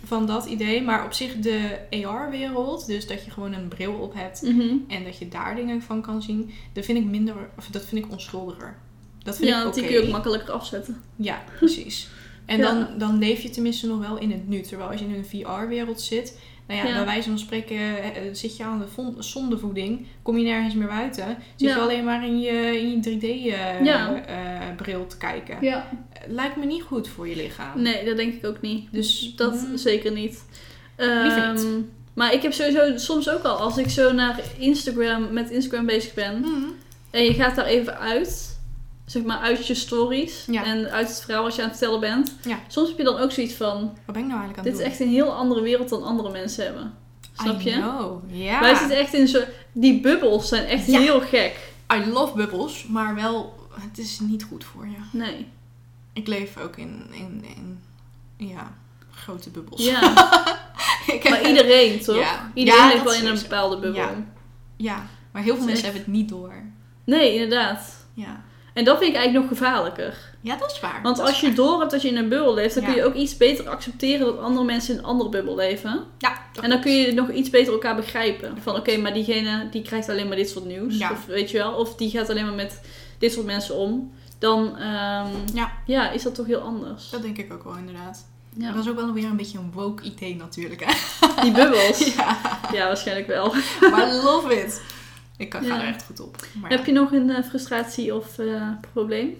[SPEAKER 1] van dat idee. Maar op zich de AR-wereld, dus dat je gewoon een bril op hebt
[SPEAKER 2] Mhm.
[SPEAKER 1] en dat je daar dingen van kan zien, dat vind ik minder, of dat vind ik onschuldiger. Dat vind
[SPEAKER 2] Ja,
[SPEAKER 1] ik
[SPEAKER 2] want
[SPEAKER 1] oké.
[SPEAKER 2] die kun je ook makkelijker afzetten.
[SPEAKER 1] Ja, precies. En
[SPEAKER 2] Ja.
[SPEAKER 1] dan, dan leef je tenminste nog wel in het nu. Terwijl als je in een VR-wereld zit, nou ja,
[SPEAKER 2] Ja.
[SPEAKER 1] bij wijze van spreken eh, eh, zit je aan de von- zondevoeding, kom je nergens meer buiten, zit
[SPEAKER 2] Ja.
[SPEAKER 1] je alleen maar in je, in je 3D-bril
[SPEAKER 2] Ja.
[SPEAKER 1] eh, te kijken.
[SPEAKER 2] Ja.
[SPEAKER 1] Eh, Lijkt me niet goed voor je lichaam.
[SPEAKER 2] Nee, dat denk ik ook niet.
[SPEAKER 1] Dus
[SPEAKER 2] Dat
[SPEAKER 1] mm,
[SPEAKER 2] zeker niet.
[SPEAKER 1] Liever niet.
[SPEAKER 2] Ehm, Maar ik heb sowieso soms ook al, als ik zo naar Instagram met Instagram bezig ben
[SPEAKER 1] mm,
[SPEAKER 2] en je gaat daar even uit, zeg maar uit je stories
[SPEAKER 1] Ja.
[SPEAKER 2] en uit het verhaal wat je aan het vertellen bent.
[SPEAKER 1] Ja.
[SPEAKER 2] Soms heb je dan ook zoiets van:
[SPEAKER 1] wat ben ik nou eigenlijk aan het
[SPEAKER 2] dit is
[SPEAKER 1] doen?
[SPEAKER 2] echt een heel andere wereld dan andere mensen hebben. Snap
[SPEAKER 1] I
[SPEAKER 2] je?
[SPEAKER 1] know. Ja.
[SPEAKER 2] Wij zitten echt in zo'n... Die bubbels zijn echt
[SPEAKER 1] Ja.
[SPEAKER 2] heel gek.
[SPEAKER 1] I love bubbels, maar wel, het is niet goed voor je.
[SPEAKER 2] Nee.
[SPEAKER 1] Ik leef ook in, in, in ja, grote bubbels.
[SPEAKER 2] Ja,
[SPEAKER 1] Ik-
[SPEAKER 2] maar iedereen toch?
[SPEAKER 1] Ja.
[SPEAKER 2] Iedereen
[SPEAKER 1] Ja,
[SPEAKER 2] leeft
[SPEAKER 1] dat
[SPEAKER 2] wel in een
[SPEAKER 1] sowieso.
[SPEAKER 2] bepaalde bubbel.
[SPEAKER 1] Ja. Ja, maar heel veel
[SPEAKER 2] Dat is
[SPEAKER 1] mensen hebben het niet door.
[SPEAKER 2] Nee, inderdaad.
[SPEAKER 1] Ja,
[SPEAKER 2] En dat vind ik eigenlijk nog gevaarlijker.
[SPEAKER 1] ja dat is waar.
[SPEAKER 2] Want
[SPEAKER 1] Dat
[SPEAKER 2] als
[SPEAKER 1] is
[SPEAKER 2] je door hebt dat je in een bubbel leeft, dan
[SPEAKER 1] Ja.
[SPEAKER 2] kun je ook iets beter accepteren dat andere mensen in een andere bubbel leven.
[SPEAKER 1] waar. Ja, dat
[SPEAKER 2] En dan
[SPEAKER 1] klopt.
[SPEAKER 2] kun je nog iets beter elkaar begrijpen. Van oké, maar diegene die krijgt alleen maar dit soort nieuws.
[SPEAKER 1] Ja.
[SPEAKER 2] Of weet je wel, of die gaat alleen maar met dit soort mensen om. Dan ehm,
[SPEAKER 1] Ja.
[SPEAKER 2] ja, is dat toch heel anders.
[SPEAKER 1] Dat denk ik ook wel inderdaad. Dat
[SPEAKER 2] Ja.
[SPEAKER 1] is ook wel weer een beetje een woke idee natuurlijk. Hè?
[SPEAKER 2] Die bubbels.
[SPEAKER 1] Ja,
[SPEAKER 2] ja, waarschijnlijk wel.
[SPEAKER 1] maar love it. Ik kan, ga
[SPEAKER 2] Ja.
[SPEAKER 1] er echt goed op. Maar ja.
[SPEAKER 2] Heb je nog een eh, frustratie of eh, probleem?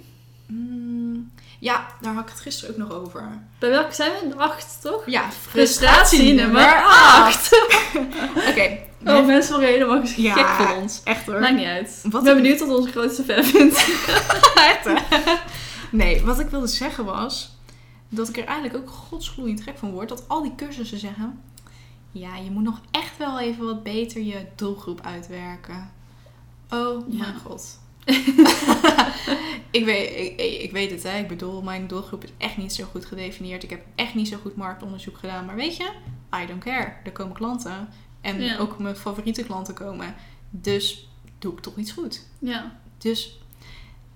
[SPEAKER 1] Mm, ja, daar had ik het gisteren ook nog over.
[SPEAKER 2] Bij welke zijn we? Acht, toch?
[SPEAKER 1] Ja,
[SPEAKER 2] Frustratie nummer
[SPEAKER 1] acht.
[SPEAKER 2] 8.
[SPEAKER 1] Oké.
[SPEAKER 2] Oh, mensen worden helemaal gek
[SPEAKER 1] Ja.
[SPEAKER 2] van ons.
[SPEAKER 1] Echt hoor.
[SPEAKER 2] Maakt niet uit.
[SPEAKER 1] Wat
[SPEAKER 2] ik ben
[SPEAKER 1] een-
[SPEAKER 2] benieuwd wat onze grootste fan vindt.
[SPEAKER 1] nee, wat ik wilde zeggen was dat ik er eigenlijk ook godsgloeiend gek van word. Dat al die cursussen zeggen: Ja, je moet nog echt wel even wat beter je doelgroep uitwerken. Oh
[SPEAKER 2] Ja.
[SPEAKER 1] mijn god. ik, weet, ik, ik weet het, hè. ik bedoel, mijn doelgroep is echt niet zo goed gedefinieerd. Ik heb echt niet zo goed marktonderzoek gedaan. Maar weet je, I don't care. Er komen klanten. En
[SPEAKER 2] Ja.
[SPEAKER 1] ook mijn favoriete klanten komen. Dus doe ik toch iets goed.
[SPEAKER 2] Ja,
[SPEAKER 1] Dus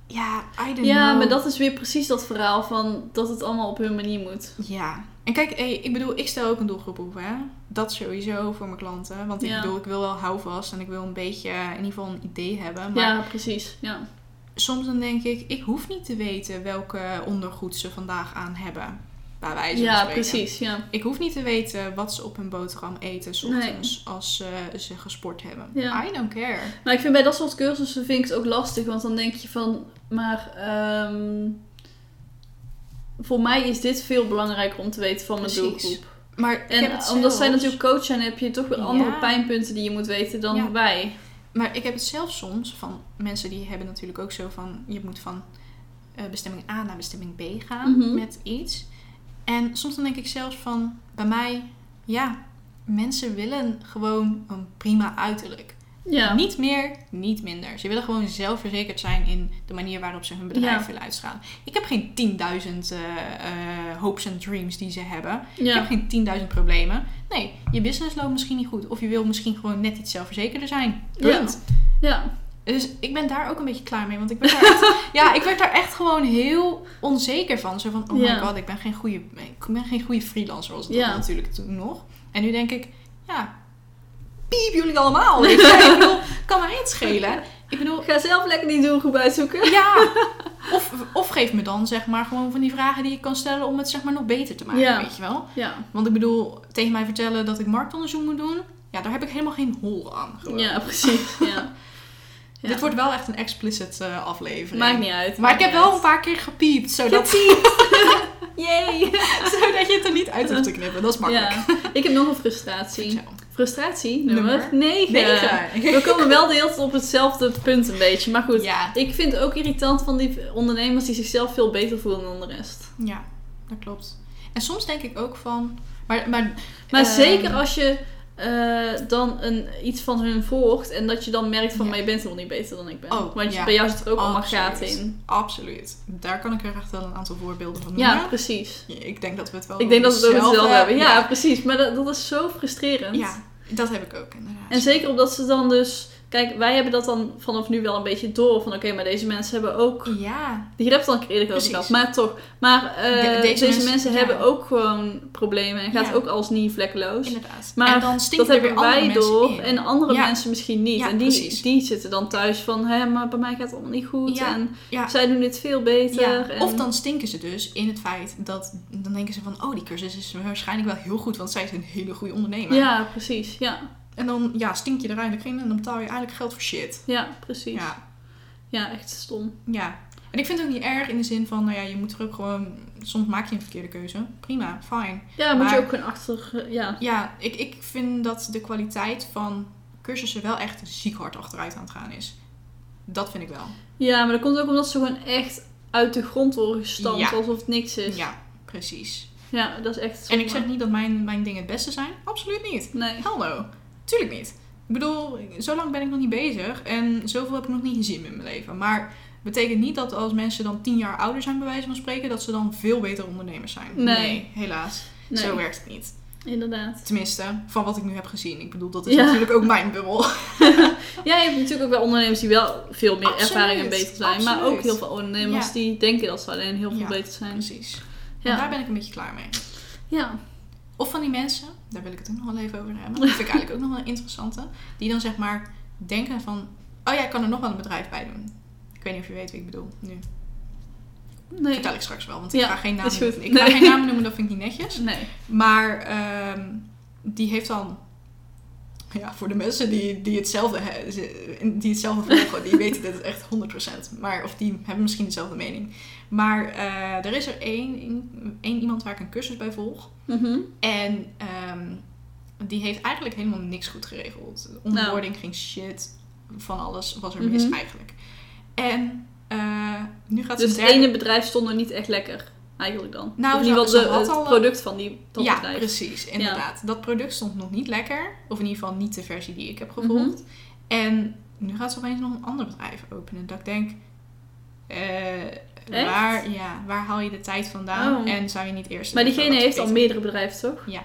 [SPEAKER 1] ja, I don't
[SPEAKER 2] ja
[SPEAKER 1] know.
[SPEAKER 2] maar dat is weer precies dat verhaal van dat het allemaal op hun manier moet.
[SPEAKER 1] Ja. En kijk, hey, ik bedoel, ik stel ook een doelgroep op, hè. Dat sowieso voor mijn klanten. Want ik
[SPEAKER 2] Ja.
[SPEAKER 1] bedoel, ik wil wel houvast en ik wil een beetje eh, in ieder geval een idee hebben. Maar
[SPEAKER 2] Ja, precies. Ja.
[SPEAKER 1] soms dan denk ik, ik hoef niet te weten welke ondergoed ze vandaag aan hebben. Bij wijze van
[SPEAKER 2] ja,
[SPEAKER 1] spreken.
[SPEAKER 2] precies. Ja.
[SPEAKER 1] Ik hoef niet te weten wat ze op hun boterham eten 's ochtends als eh, ze gesport hebben.
[SPEAKER 2] Ja.
[SPEAKER 1] I don't care.
[SPEAKER 2] Maar ik vind bij dat soort cursussen vind ik het ook lastig, want dan denk je van, maar ehm, voor mij is dit veel belangrijker om te weten van mijn
[SPEAKER 1] Precies.
[SPEAKER 2] doelgroep.
[SPEAKER 1] Maar ik
[SPEAKER 2] En
[SPEAKER 1] heb het
[SPEAKER 2] omdat
[SPEAKER 1] zelfs-
[SPEAKER 2] zij natuurlijk coach zijn, heb je toch weer andere
[SPEAKER 1] Ja.
[SPEAKER 2] pijnpunten die je moet weten dan
[SPEAKER 1] Ja.
[SPEAKER 2] wij.
[SPEAKER 1] Maar ik heb het zelf soms van mensen die hebben natuurlijk ook zo van je moet van eh, bestemming A naar bestemming B gaan
[SPEAKER 2] Mhm.
[SPEAKER 1] met iets. En soms dan denk ik zelfs van bij mij, ja, mensen willen gewoon een prima uiterlijk.
[SPEAKER 2] Ja.
[SPEAKER 1] Niet meer, niet minder. Ze willen gewoon zelfverzekerd zijn in de manier waarop ze hun bedrijf
[SPEAKER 2] Ja.
[SPEAKER 1] willen uitstralen. Ik heb geen 10.000 eh, eh, hopes en dreams die ze hebben.
[SPEAKER 2] ja.
[SPEAKER 1] Ik heb geen 10.000 problemen. Nee, je business loopt misschien niet goed. Of je wil misschien gewoon net iets zelfverzekerder zijn.
[SPEAKER 2] Ja.
[SPEAKER 1] Punt.
[SPEAKER 2] ja.
[SPEAKER 1] Dus ik ben daar ook een beetje klaar mee. Want ik, ben daar echt, ja, ik werd daar echt gewoon heel onzeker van. Zo van, oh
[SPEAKER 2] Ja.
[SPEAKER 1] my god, ik ben geen goede, ik ben geen goede freelancer. Was dat
[SPEAKER 2] Ja.
[SPEAKER 1] natuurlijk toen nog. En nu denk ik, ja, piep jullie allemaal. weet je. ik bedoel, kan mij het schelen. Ik bedoel,
[SPEAKER 2] Ga zelf lekker die doelgroep uitzoeken.
[SPEAKER 1] ja. Of, of geef me dan zeg maar gewoon van die vragen die ik kan stellen om het zeg maar nog beter te maken.
[SPEAKER 2] Ja.
[SPEAKER 1] Weet je wel.
[SPEAKER 2] Ja.
[SPEAKER 1] Want ik bedoel, tegen mij vertellen dat ik marktonderzoek moet doen. Ja, daar heb ik helemaal geen hol aan. gewoon.
[SPEAKER 2] Ja, precies. Ja. Ja.
[SPEAKER 1] Dit wordt wel echt een explicit eh, aflevering.
[SPEAKER 2] Maakt niet uit.
[SPEAKER 1] Maar ik
[SPEAKER 2] maakt
[SPEAKER 1] heb
[SPEAKER 2] niet
[SPEAKER 1] wel een
[SPEAKER 2] uit.
[SPEAKER 1] paar keer gepiept, zodat,
[SPEAKER 2] Yay!
[SPEAKER 1] zodat je het er niet uit hoeft te knippen. Dat is makkelijk.
[SPEAKER 2] Ja. Ik heb nog een frustratie.
[SPEAKER 1] Zo.
[SPEAKER 2] Frustratie nummer
[SPEAKER 1] Nummer
[SPEAKER 2] 9.
[SPEAKER 1] Negen.
[SPEAKER 2] We komen wel de hele tijd op hetzelfde punt een beetje. Maar goed,
[SPEAKER 1] Ja.
[SPEAKER 2] ik vind het ook irritant van die ondernemers die zichzelf veel beter voelen dan de rest.
[SPEAKER 1] ja, dat klopt. En soms denk ik ook van... Maar, maar,
[SPEAKER 2] Maar
[SPEAKER 1] ehm,
[SPEAKER 2] zeker als je eh, dan een, iets van hun volgt en dat je dan merkt van,
[SPEAKER 1] Ja.
[SPEAKER 2] maar je bent nog niet beter dan ik ben.
[SPEAKER 1] Oh,
[SPEAKER 2] Want je-
[SPEAKER 1] ja.
[SPEAKER 2] bij jou zit er ook allemaal
[SPEAKER 1] Absoluut.
[SPEAKER 2] gaten in.
[SPEAKER 1] Absoluut. Daar kan ik er echt wel een aantal voorbeelden van
[SPEAKER 2] Ja,
[SPEAKER 1] noemen.
[SPEAKER 2] precies.
[SPEAKER 1] Ik denk dat we het wel
[SPEAKER 2] Ik denk dat we het over hetzelfde hebben. Ja,
[SPEAKER 1] Oh, Ja.
[SPEAKER 2] precies. Maar dat, dat is zo frustrerend.
[SPEAKER 1] ja, dat heb ik ook inderdaad.
[SPEAKER 2] En zeker omdat ze dan dus... Kijk, wij hebben dat dan vanaf nu wel een beetje door. Van oké, maar deze mensen hebben ook...
[SPEAKER 1] Ja,
[SPEAKER 2] Je hebt het al een keer eerder over
[SPEAKER 1] Precies.
[SPEAKER 2] gehad, maar toch. Maar eh,
[SPEAKER 1] De- deze
[SPEAKER 2] deze,
[SPEAKER 1] mensen-
[SPEAKER 2] mensen,
[SPEAKER 1] ja.
[SPEAKER 2] hebben ook gewoon problemen. En gaat
[SPEAKER 1] Ja.
[SPEAKER 2] ook alles niet vlekkeloos.
[SPEAKER 1] inderdaad.
[SPEAKER 2] Maar
[SPEAKER 1] en dan stinken
[SPEAKER 2] Dat
[SPEAKER 1] er weer
[SPEAKER 2] hebben
[SPEAKER 1] andere
[SPEAKER 2] wij
[SPEAKER 1] mensen
[SPEAKER 2] door
[SPEAKER 1] in.
[SPEAKER 2] en andere
[SPEAKER 1] Ja.
[SPEAKER 2] mensen misschien niet.
[SPEAKER 1] Ja,
[SPEAKER 2] en die,
[SPEAKER 1] precies.
[SPEAKER 2] die zitten dan thuis van, hé, maar bij mij gaat het allemaal niet goed.
[SPEAKER 1] Ja.
[SPEAKER 2] En
[SPEAKER 1] Ja.
[SPEAKER 2] zij doen dit veel beter.
[SPEAKER 1] Ja,
[SPEAKER 2] en-
[SPEAKER 1] Of dan stinken ze dus in het feit dat... Dan denken ze van, oh, die cursus is waarschijnlijk wel heel goed. Want zij is een hele goede ondernemer.
[SPEAKER 2] Ja, precies. Ja,
[SPEAKER 1] En dan ja, stink je er eigenlijk in en dan betaal je eigenlijk geld voor shit.
[SPEAKER 2] ja precies. Ja.
[SPEAKER 1] Ja.
[SPEAKER 2] echt stom.
[SPEAKER 1] ja. En ik vind het ook niet erg in de zin van, nou ja, je moet er ook gewoon... Soms maak je een verkeerde keuze. Prima, fijn.
[SPEAKER 2] Ja, moet je
[SPEAKER 1] Maar-
[SPEAKER 2] ook gewoon achter... eh, Ja,
[SPEAKER 1] Ja, ik, ik vind dat de kwaliteit van cursussen wel echt ziek hard achteruit aan het gaan is. Dat vind ik wel.
[SPEAKER 2] Ja, maar dat komt ook omdat ze gewoon echt uit de grond worden gestampt,
[SPEAKER 1] Ja.
[SPEAKER 2] alsof Dus- het niks is.
[SPEAKER 1] Ja, precies.
[SPEAKER 2] Ja, dat is echt
[SPEAKER 1] En
[SPEAKER 2] zonde.
[SPEAKER 1] ik zeg niet dat mijn, mijn dingen het beste zijn. Absoluut niet.
[SPEAKER 2] Nee.
[SPEAKER 1] Hell no. Tuurlijk niet. Ik bedoel, zo lang ben ik nog niet bezig en zoveel heb ik nog niet gezien in mijn leven. Maar betekent niet dat als mensen dan tien jaar ouder zijn, bij wijze van spreken, dat ze dan veel beter ondernemers zijn.
[SPEAKER 2] Nee.
[SPEAKER 1] helaas.
[SPEAKER 2] nee.
[SPEAKER 1] Zo werkt het niet.
[SPEAKER 2] Inderdaad.
[SPEAKER 1] Tenminste, van wat ik nu heb gezien. Ik bedoel, dat is
[SPEAKER 2] Ja.
[SPEAKER 1] natuurlijk ook mijn bubbel.
[SPEAKER 2] Ja, je hebt natuurlijk ook wel ondernemers die wel veel meer
[SPEAKER 1] Absoluut,
[SPEAKER 2] ervaring en beter zijn. Maar
[SPEAKER 1] absoluut.
[SPEAKER 2] ook heel veel ondernemers
[SPEAKER 1] Ja.
[SPEAKER 2] die denken dat ze alleen heel veel
[SPEAKER 1] Ja.
[SPEAKER 2] beter zijn.
[SPEAKER 1] Precies. En daar
[SPEAKER 2] Ja.
[SPEAKER 1] ben ik een beetje klaar mee.
[SPEAKER 2] ja.
[SPEAKER 1] Of van die mensen, daar wil ik het ook nog wel even over hebben. Dat vind ik eigenlijk ook nog wel een interessante. Die dan zeg maar denken van, oh ja, ik kan er nog wel een bedrijf bij doen. Ik weet niet of je weet wie ik bedoel nu.
[SPEAKER 2] Nee.
[SPEAKER 1] Vertel ik straks wel, want ik
[SPEAKER 2] Ja,
[SPEAKER 1] ga geen namen
[SPEAKER 2] is goed.
[SPEAKER 1] noemen. Ik ga
[SPEAKER 2] Nee.
[SPEAKER 1] geen namen noemen, dat vind ik niet netjes.
[SPEAKER 2] Nee.
[SPEAKER 1] Maar ehm, die heeft dan... Ja, voor de mensen die, die hetzelfde he- ze- die hetzelfde volgen, die weten dit echt 100%. Maar, of die hebben misschien dezelfde mening. Maar eh, er is er één, één iemand waar ik een cursus bij volg.
[SPEAKER 2] Mhm.
[SPEAKER 1] En ehm, die heeft eigenlijk helemaal niks goed geregeld. De Onboarding ging shit. Van alles was er mis
[SPEAKER 2] Nou. Mhm.
[SPEAKER 1] eigenlijk. En eh, nu gaat ze
[SPEAKER 2] Dus
[SPEAKER 1] een
[SPEAKER 2] het
[SPEAKER 1] derde-
[SPEAKER 2] ene bedrijf stond er niet echt lekker, eigenlijk dan.
[SPEAKER 1] Nou,
[SPEAKER 2] of in ieder
[SPEAKER 1] ze-
[SPEAKER 2] geval
[SPEAKER 1] ze
[SPEAKER 2] de-
[SPEAKER 1] had
[SPEAKER 2] het
[SPEAKER 1] al-
[SPEAKER 2] product van die dat
[SPEAKER 1] ja,
[SPEAKER 2] bedrijf.
[SPEAKER 1] precies. Inderdaad. Dat product stond nog niet lekker. Of in ieder geval niet de versie die ik heb
[SPEAKER 2] Mhm.
[SPEAKER 1] gevolgd. En nu gaat ze opeens nog een ander bedrijf openen. Dat ik denk... eh,
[SPEAKER 2] Echt?
[SPEAKER 1] waar, ja, waar haal je de tijd vandaan?
[SPEAKER 2] Oh.
[SPEAKER 1] En zou je niet eerst...
[SPEAKER 2] Maar
[SPEAKER 1] even
[SPEAKER 2] diegene
[SPEAKER 1] wat
[SPEAKER 2] heeft al
[SPEAKER 1] beter-
[SPEAKER 2] meerdere bedrijven, toch?
[SPEAKER 1] Ja.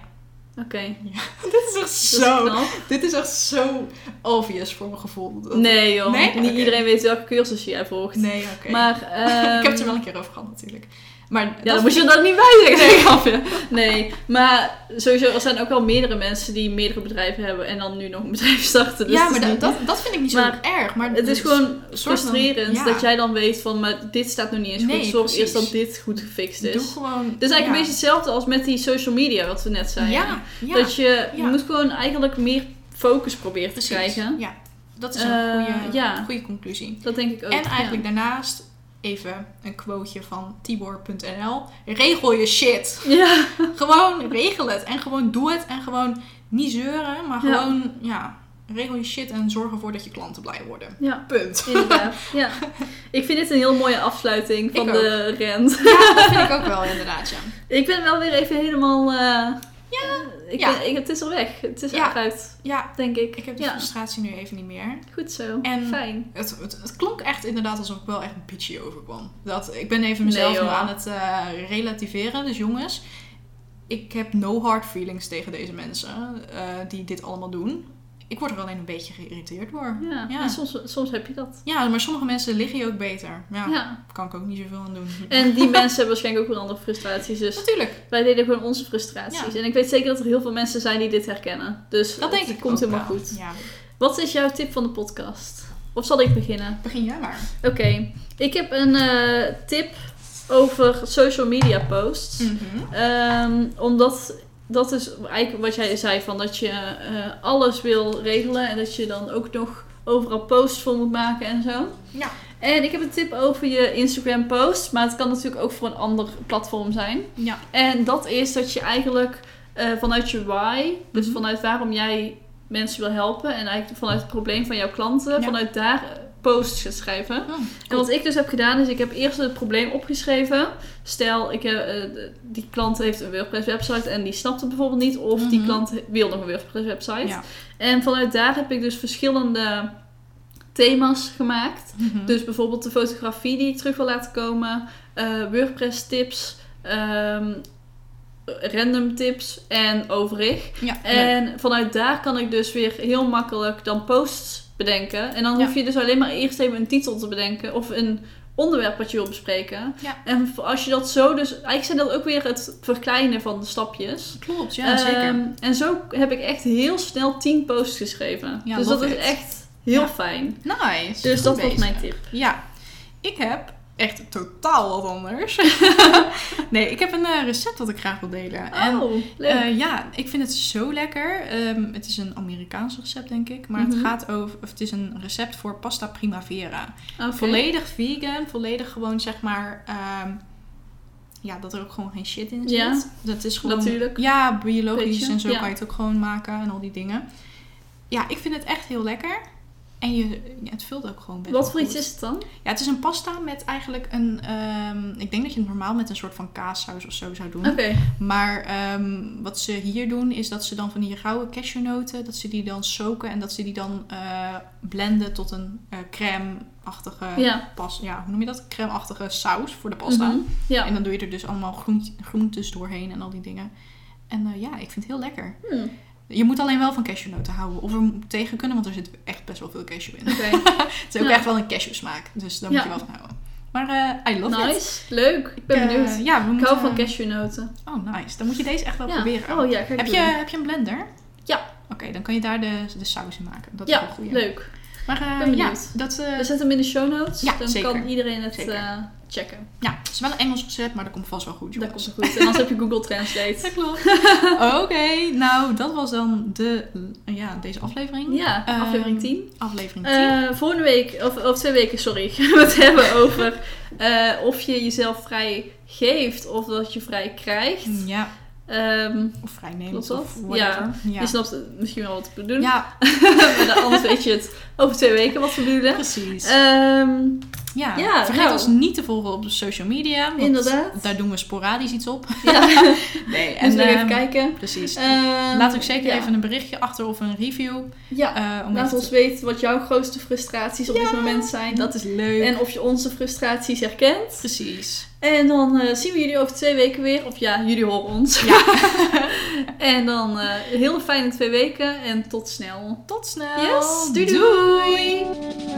[SPEAKER 2] Oké.
[SPEAKER 1] Dit is echt
[SPEAKER 2] Dat is
[SPEAKER 1] zo...
[SPEAKER 2] knap.
[SPEAKER 1] Dit is echt zo obvious voor mijn gevoel. Dat-
[SPEAKER 2] Nee joh,
[SPEAKER 1] Nee?
[SPEAKER 2] niet
[SPEAKER 1] Oké.
[SPEAKER 2] iedereen weet welke cursus jij volgt.
[SPEAKER 1] Nee, oké.
[SPEAKER 2] Maar,
[SPEAKER 1] ik heb het er
[SPEAKER 2] ehm,
[SPEAKER 1] wel een keer over gehad natuurlijk. Maar
[SPEAKER 2] Ja,
[SPEAKER 1] dat
[SPEAKER 2] dan moet je er dan niet bij zeggen. Nee, grapje. Nee, maar sowieso, er zijn ook wel meerdere mensen die meerdere bedrijven hebben en dan nu nog een bedrijf starten. Dus
[SPEAKER 1] ja,
[SPEAKER 2] het is
[SPEAKER 1] maar dat,
[SPEAKER 2] niet-
[SPEAKER 1] dat, dat vind ik niet zo
[SPEAKER 2] Maar
[SPEAKER 1] erg. Maar dus
[SPEAKER 2] Het is gewoon
[SPEAKER 1] soort van-
[SPEAKER 2] frustrerend
[SPEAKER 1] ja.
[SPEAKER 2] dat jij dan weet van, maar dit staat nog niet eens
[SPEAKER 1] Nee,
[SPEAKER 2] goed. Zorg
[SPEAKER 1] precies.
[SPEAKER 2] eerst dat dit goed gefixt
[SPEAKER 1] Doe
[SPEAKER 2] is.
[SPEAKER 1] gewoon...
[SPEAKER 2] dus. Het is eigenlijk een beetje hetzelfde als met die social media, wat we net
[SPEAKER 1] Ja,
[SPEAKER 2] zeiden.
[SPEAKER 1] ja. ja,
[SPEAKER 2] Dat je, je
[SPEAKER 1] Ja.
[SPEAKER 2] moet gewoon eigenlijk meer focus proberen te
[SPEAKER 1] precies.
[SPEAKER 2] krijgen.
[SPEAKER 1] Ja, dat is een
[SPEAKER 2] Eh,
[SPEAKER 1] goede,
[SPEAKER 2] ja.
[SPEAKER 1] goede conclusie.
[SPEAKER 2] Dat denk ik ook.
[SPEAKER 1] en eigenlijk
[SPEAKER 2] ja.
[SPEAKER 1] daarnaast even een quoteje van tibor.nl. Regel je shit.
[SPEAKER 2] Ja,
[SPEAKER 1] gewoon regel het. En gewoon doe het. En gewoon niet zeuren. Maar
[SPEAKER 2] Ja.
[SPEAKER 1] gewoon, ja, regel je shit en zorg ervoor dat je klanten blij worden.
[SPEAKER 2] ja,
[SPEAKER 1] Punt.
[SPEAKER 2] inderdaad. Ja. Ik vind dit een heel mooie afsluiting van
[SPEAKER 1] Ik
[SPEAKER 2] de rent.
[SPEAKER 1] Ja, dat vind ik ook wel inderdaad, ja.
[SPEAKER 2] Ik ben wel weer even helemaal. eh,
[SPEAKER 1] Ja,
[SPEAKER 2] ik
[SPEAKER 1] ja.
[SPEAKER 2] ben- ik, het is al weg. Het is
[SPEAKER 1] Ja.
[SPEAKER 2] eruit,
[SPEAKER 1] ja
[SPEAKER 2] denk ik.
[SPEAKER 1] ik heb de
[SPEAKER 2] ja,
[SPEAKER 1] frustratie nu even niet meer.
[SPEAKER 2] goed zo.
[SPEAKER 1] En-
[SPEAKER 2] Fijn.
[SPEAKER 1] Het, het, het klonk echt inderdaad alsof ik wel echt een bitchy overkwam. Dat, ik ben even mezelf
[SPEAKER 2] Nee,
[SPEAKER 1] nu
[SPEAKER 2] joh.
[SPEAKER 1] aan het eh, relativeren. Dus jongens, ik heb no hard feelings tegen deze mensen eh, die dit allemaal doen. Ik word er alleen een beetje geïrriteerd door.
[SPEAKER 2] Ja,
[SPEAKER 1] Ja.
[SPEAKER 2] En soms, soms heb je dat.
[SPEAKER 1] Ja, maar sommige mensen liggen je ook beter. Ja,
[SPEAKER 2] Ja. Eh,
[SPEAKER 1] kan ik ook niet zoveel aan doen.
[SPEAKER 2] En die mensen hebben waarschijnlijk ook weer andere frustraties. Dus
[SPEAKER 1] Natuurlijk.
[SPEAKER 2] wij delen gewoon onze frustraties. En ik weet zeker dat er heel veel mensen zijn die dit herkennen. Dus
[SPEAKER 1] Dat denk
[SPEAKER 2] het
[SPEAKER 1] ik
[SPEAKER 2] komt
[SPEAKER 1] ook
[SPEAKER 2] helemaal
[SPEAKER 1] wel.
[SPEAKER 2] goed.
[SPEAKER 1] Ja.
[SPEAKER 2] Wat is jouw tip van de podcast? Of zal ik beginnen?
[SPEAKER 1] Begin jij maar.
[SPEAKER 2] Oké, ik heb een eh, tip over social media posts.
[SPEAKER 1] Mhm.
[SPEAKER 2] Ehm, omdat dat is eigenlijk wat jij zei: van dat je eh, alles wil regelen en dat je dan ook nog overal posts voor moet maken en zo.
[SPEAKER 1] Ja.
[SPEAKER 2] En ik heb een tip over je Instagram post, maar het kan natuurlijk ook voor een ander platform zijn.
[SPEAKER 1] Ja.
[SPEAKER 2] En dat is dat je eigenlijk eh, vanuit je why, dus
[SPEAKER 1] Mhm.
[SPEAKER 2] vanuit waarom jij mensen wil helpen en eigenlijk vanuit het probleem van jouw klanten,
[SPEAKER 1] Ja.
[SPEAKER 2] vanuit daar eh, posts gaat schrijven.
[SPEAKER 1] Oh,
[SPEAKER 2] En wat ik dus heb gedaan is, ik heb eerst het probleem opgeschreven. Stel, ik heb, eh, die klant heeft een WordPress website en die snapt het bijvoorbeeld niet. Of die
[SPEAKER 1] Mhm.
[SPEAKER 2] klant wil nog een WordPress website.
[SPEAKER 1] Ja.
[SPEAKER 2] En vanuit daar heb ik dus verschillende thema's gemaakt.
[SPEAKER 1] Mhm.
[SPEAKER 2] Dus bijvoorbeeld de fotografie die ik terug wil laten komen. eh, WordPress tips. ehm, random tips en overig.
[SPEAKER 1] ja.
[SPEAKER 2] En vanuit daar kan ik dus weer heel makkelijk dan posts bedenken. En dan
[SPEAKER 1] Ja.
[SPEAKER 2] hoef je dus alleen maar eerst even een titel te bedenken of een onderwerp wat je wil bespreken.
[SPEAKER 1] Ja.
[SPEAKER 2] En v- als je dat zo dus... Eigenlijk zijn dat ook weer het verkleinen van de stapjes.
[SPEAKER 1] Klopt, ja, zeker.
[SPEAKER 2] Ehm, en zo heb ik echt heel snel 10 posts geschreven.
[SPEAKER 1] Ja,
[SPEAKER 2] dus
[SPEAKER 1] love
[SPEAKER 2] dat is
[SPEAKER 1] it.
[SPEAKER 2] echt heel
[SPEAKER 1] Ja.
[SPEAKER 2] fijn.
[SPEAKER 1] Nice.
[SPEAKER 2] Dus
[SPEAKER 1] Goed
[SPEAKER 2] dat was
[SPEAKER 1] bezig.
[SPEAKER 2] mijn tip.
[SPEAKER 1] Ja, ik heb echt totaal wat anders. nee, ik heb een eh, recept dat ik graag wil delen. En,
[SPEAKER 2] oh, leuk.
[SPEAKER 1] eh, ja, ik vind het zo lekker. Ehm, het is een Amerikaans recept, denk ik. Maar
[SPEAKER 2] Mhm.
[SPEAKER 1] het gaat over, of het is een recept voor pasta primavera.
[SPEAKER 2] Oké.
[SPEAKER 1] eh, Volledig vegan, volledig gewoon zeg maar. ehm, ja, dat er ook gewoon geen shit in zit.
[SPEAKER 2] Ja.
[SPEAKER 1] Dat is gewoon.
[SPEAKER 2] Natuurlijk.
[SPEAKER 1] Ja, biologisch
[SPEAKER 2] Beetje,
[SPEAKER 1] en zo
[SPEAKER 2] ja.
[SPEAKER 1] kan je het ook gewoon maken en al die dingen. Ja, ik vind het echt heel lekker. En je, ja, het vult ook gewoon best
[SPEAKER 2] Wat
[SPEAKER 1] wel
[SPEAKER 2] voor iets
[SPEAKER 1] goed.
[SPEAKER 2] is het dan?
[SPEAKER 1] Ja, het is een pasta met eigenlijk een... ehm, ik denk dat je het normaal met een soort van kaassaus of zo zou doen.
[SPEAKER 2] Oké.
[SPEAKER 1] Maar ehm, wat ze hier doen is dat ze dan van die rauwe cashewnoten... dat ze die dan soken en dat ze die dan eh, blenden tot een eh crème-achtige...
[SPEAKER 2] Ja.
[SPEAKER 1] Pas, ja, hoe noem je dat? Crème-achtige saus voor de pasta.
[SPEAKER 2] Mhm. Ja.
[SPEAKER 1] En dan doe je er dus allemaal groent, groentes doorheen en al die dingen. En eh, ja, ik vind het heel lekker.
[SPEAKER 2] Hm.
[SPEAKER 1] Je moet alleen wel van cashewnoten houden. Of er moet tegen kunnen, want er zit echt best wel veel cashew in.
[SPEAKER 2] Oké.
[SPEAKER 1] Het is ook
[SPEAKER 2] Ja.
[SPEAKER 1] echt wel een cashew smaak. Dus daar moet
[SPEAKER 2] Ja.
[SPEAKER 1] je wel van houden. Maar eh I love it.
[SPEAKER 2] Nice. Leuk. Ik ben
[SPEAKER 1] Eh,
[SPEAKER 2] benieuwd.
[SPEAKER 1] ja, we
[SPEAKER 2] Ik
[SPEAKER 1] moeten...
[SPEAKER 2] hou van cashewnoten.
[SPEAKER 1] Oh, nice. Dan moet je deze echt wel
[SPEAKER 2] Ja.
[SPEAKER 1] proberen.
[SPEAKER 2] Oh ja, ga ik
[SPEAKER 1] heb, je,
[SPEAKER 2] doen.
[SPEAKER 1] heb je een blender?
[SPEAKER 2] Ja.
[SPEAKER 1] Oké, dan kan je daar de, de saus in maken. Dat is wel
[SPEAKER 2] Ja,
[SPEAKER 1] goed.
[SPEAKER 2] leuk.
[SPEAKER 1] Maar eh, ja,
[SPEAKER 2] Ben benieuwd. Dus-
[SPEAKER 1] dat eh,
[SPEAKER 2] We zetten hem in de show notes.
[SPEAKER 1] Ja,
[SPEAKER 2] dan
[SPEAKER 1] zeker.
[SPEAKER 2] kan iedereen het
[SPEAKER 1] Zeker.
[SPEAKER 2] eh, checken.
[SPEAKER 1] ja, het is wel een Engels recept, maar dat komt vast wel goed,
[SPEAKER 2] Dat
[SPEAKER 1] jongens.
[SPEAKER 2] komt het goed. En anders heb je Google Translate.
[SPEAKER 1] Dat klopt. Oké, nou dat was dan de, ja, deze aflevering.
[SPEAKER 2] Ja,
[SPEAKER 1] Ehm,
[SPEAKER 2] aflevering 10.
[SPEAKER 1] Aflevering 10.
[SPEAKER 2] Eh, volgende week, of, of twee weken, sorry, gaan we het hebben over eh, of je jezelf vrij geeft of dat je vrij krijgt.
[SPEAKER 1] ja,
[SPEAKER 2] Ehm,
[SPEAKER 1] of vrijnemend
[SPEAKER 2] Klopt
[SPEAKER 1] of
[SPEAKER 2] dat?
[SPEAKER 1] whatever. Ja,
[SPEAKER 2] Je snapt het misschien wel wat we bedoelen,
[SPEAKER 1] ja
[SPEAKER 2] maar dan- anders weet je het over twee weken wat we bedoelen.
[SPEAKER 1] precies.
[SPEAKER 2] Ehm,
[SPEAKER 1] ja.
[SPEAKER 2] ja,
[SPEAKER 1] Vergeet
[SPEAKER 2] nou.
[SPEAKER 1] ons niet te volgen op de social media. want
[SPEAKER 2] Inderdaad.
[SPEAKER 1] Daar doen we sporadisch iets op.
[SPEAKER 2] ja,
[SPEAKER 1] Nee, en
[SPEAKER 2] moeten we even
[SPEAKER 1] ehm,
[SPEAKER 2] kijken.
[SPEAKER 1] Precies.
[SPEAKER 2] Ehm,
[SPEAKER 1] Laat ook zeker
[SPEAKER 2] ja.
[SPEAKER 1] even een berichtje achter of een review.
[SPEAKER 2] Ja,
[SPEAKER 1] eh, om
[SPEAKER 2] laat
[SPEAKER 1] even
[SPEAKER 2] ons
[SPEAKER 1] te-
[SPEAKER 2] weten wat jouw grootste frustraties op
[SPEAKER 1] Ja,
[SPEAKER 2] dit moment zijn.
[SPEAKER 1] Dat is leuk.
[SPEAKER 2] En of je onze frustraties herkent.
[SPEAKER 1] Precies.
[SPEAKER 2] En dan eh, zien we jullie over twee weken weer. Of ja, jullie horen ons. en dan eh heel fijne twee weken en tot snel.
[SPEAKER 1] Tot snel.
[SPEAKER 2] Yes, doei,
[SPEAKER 1] doei.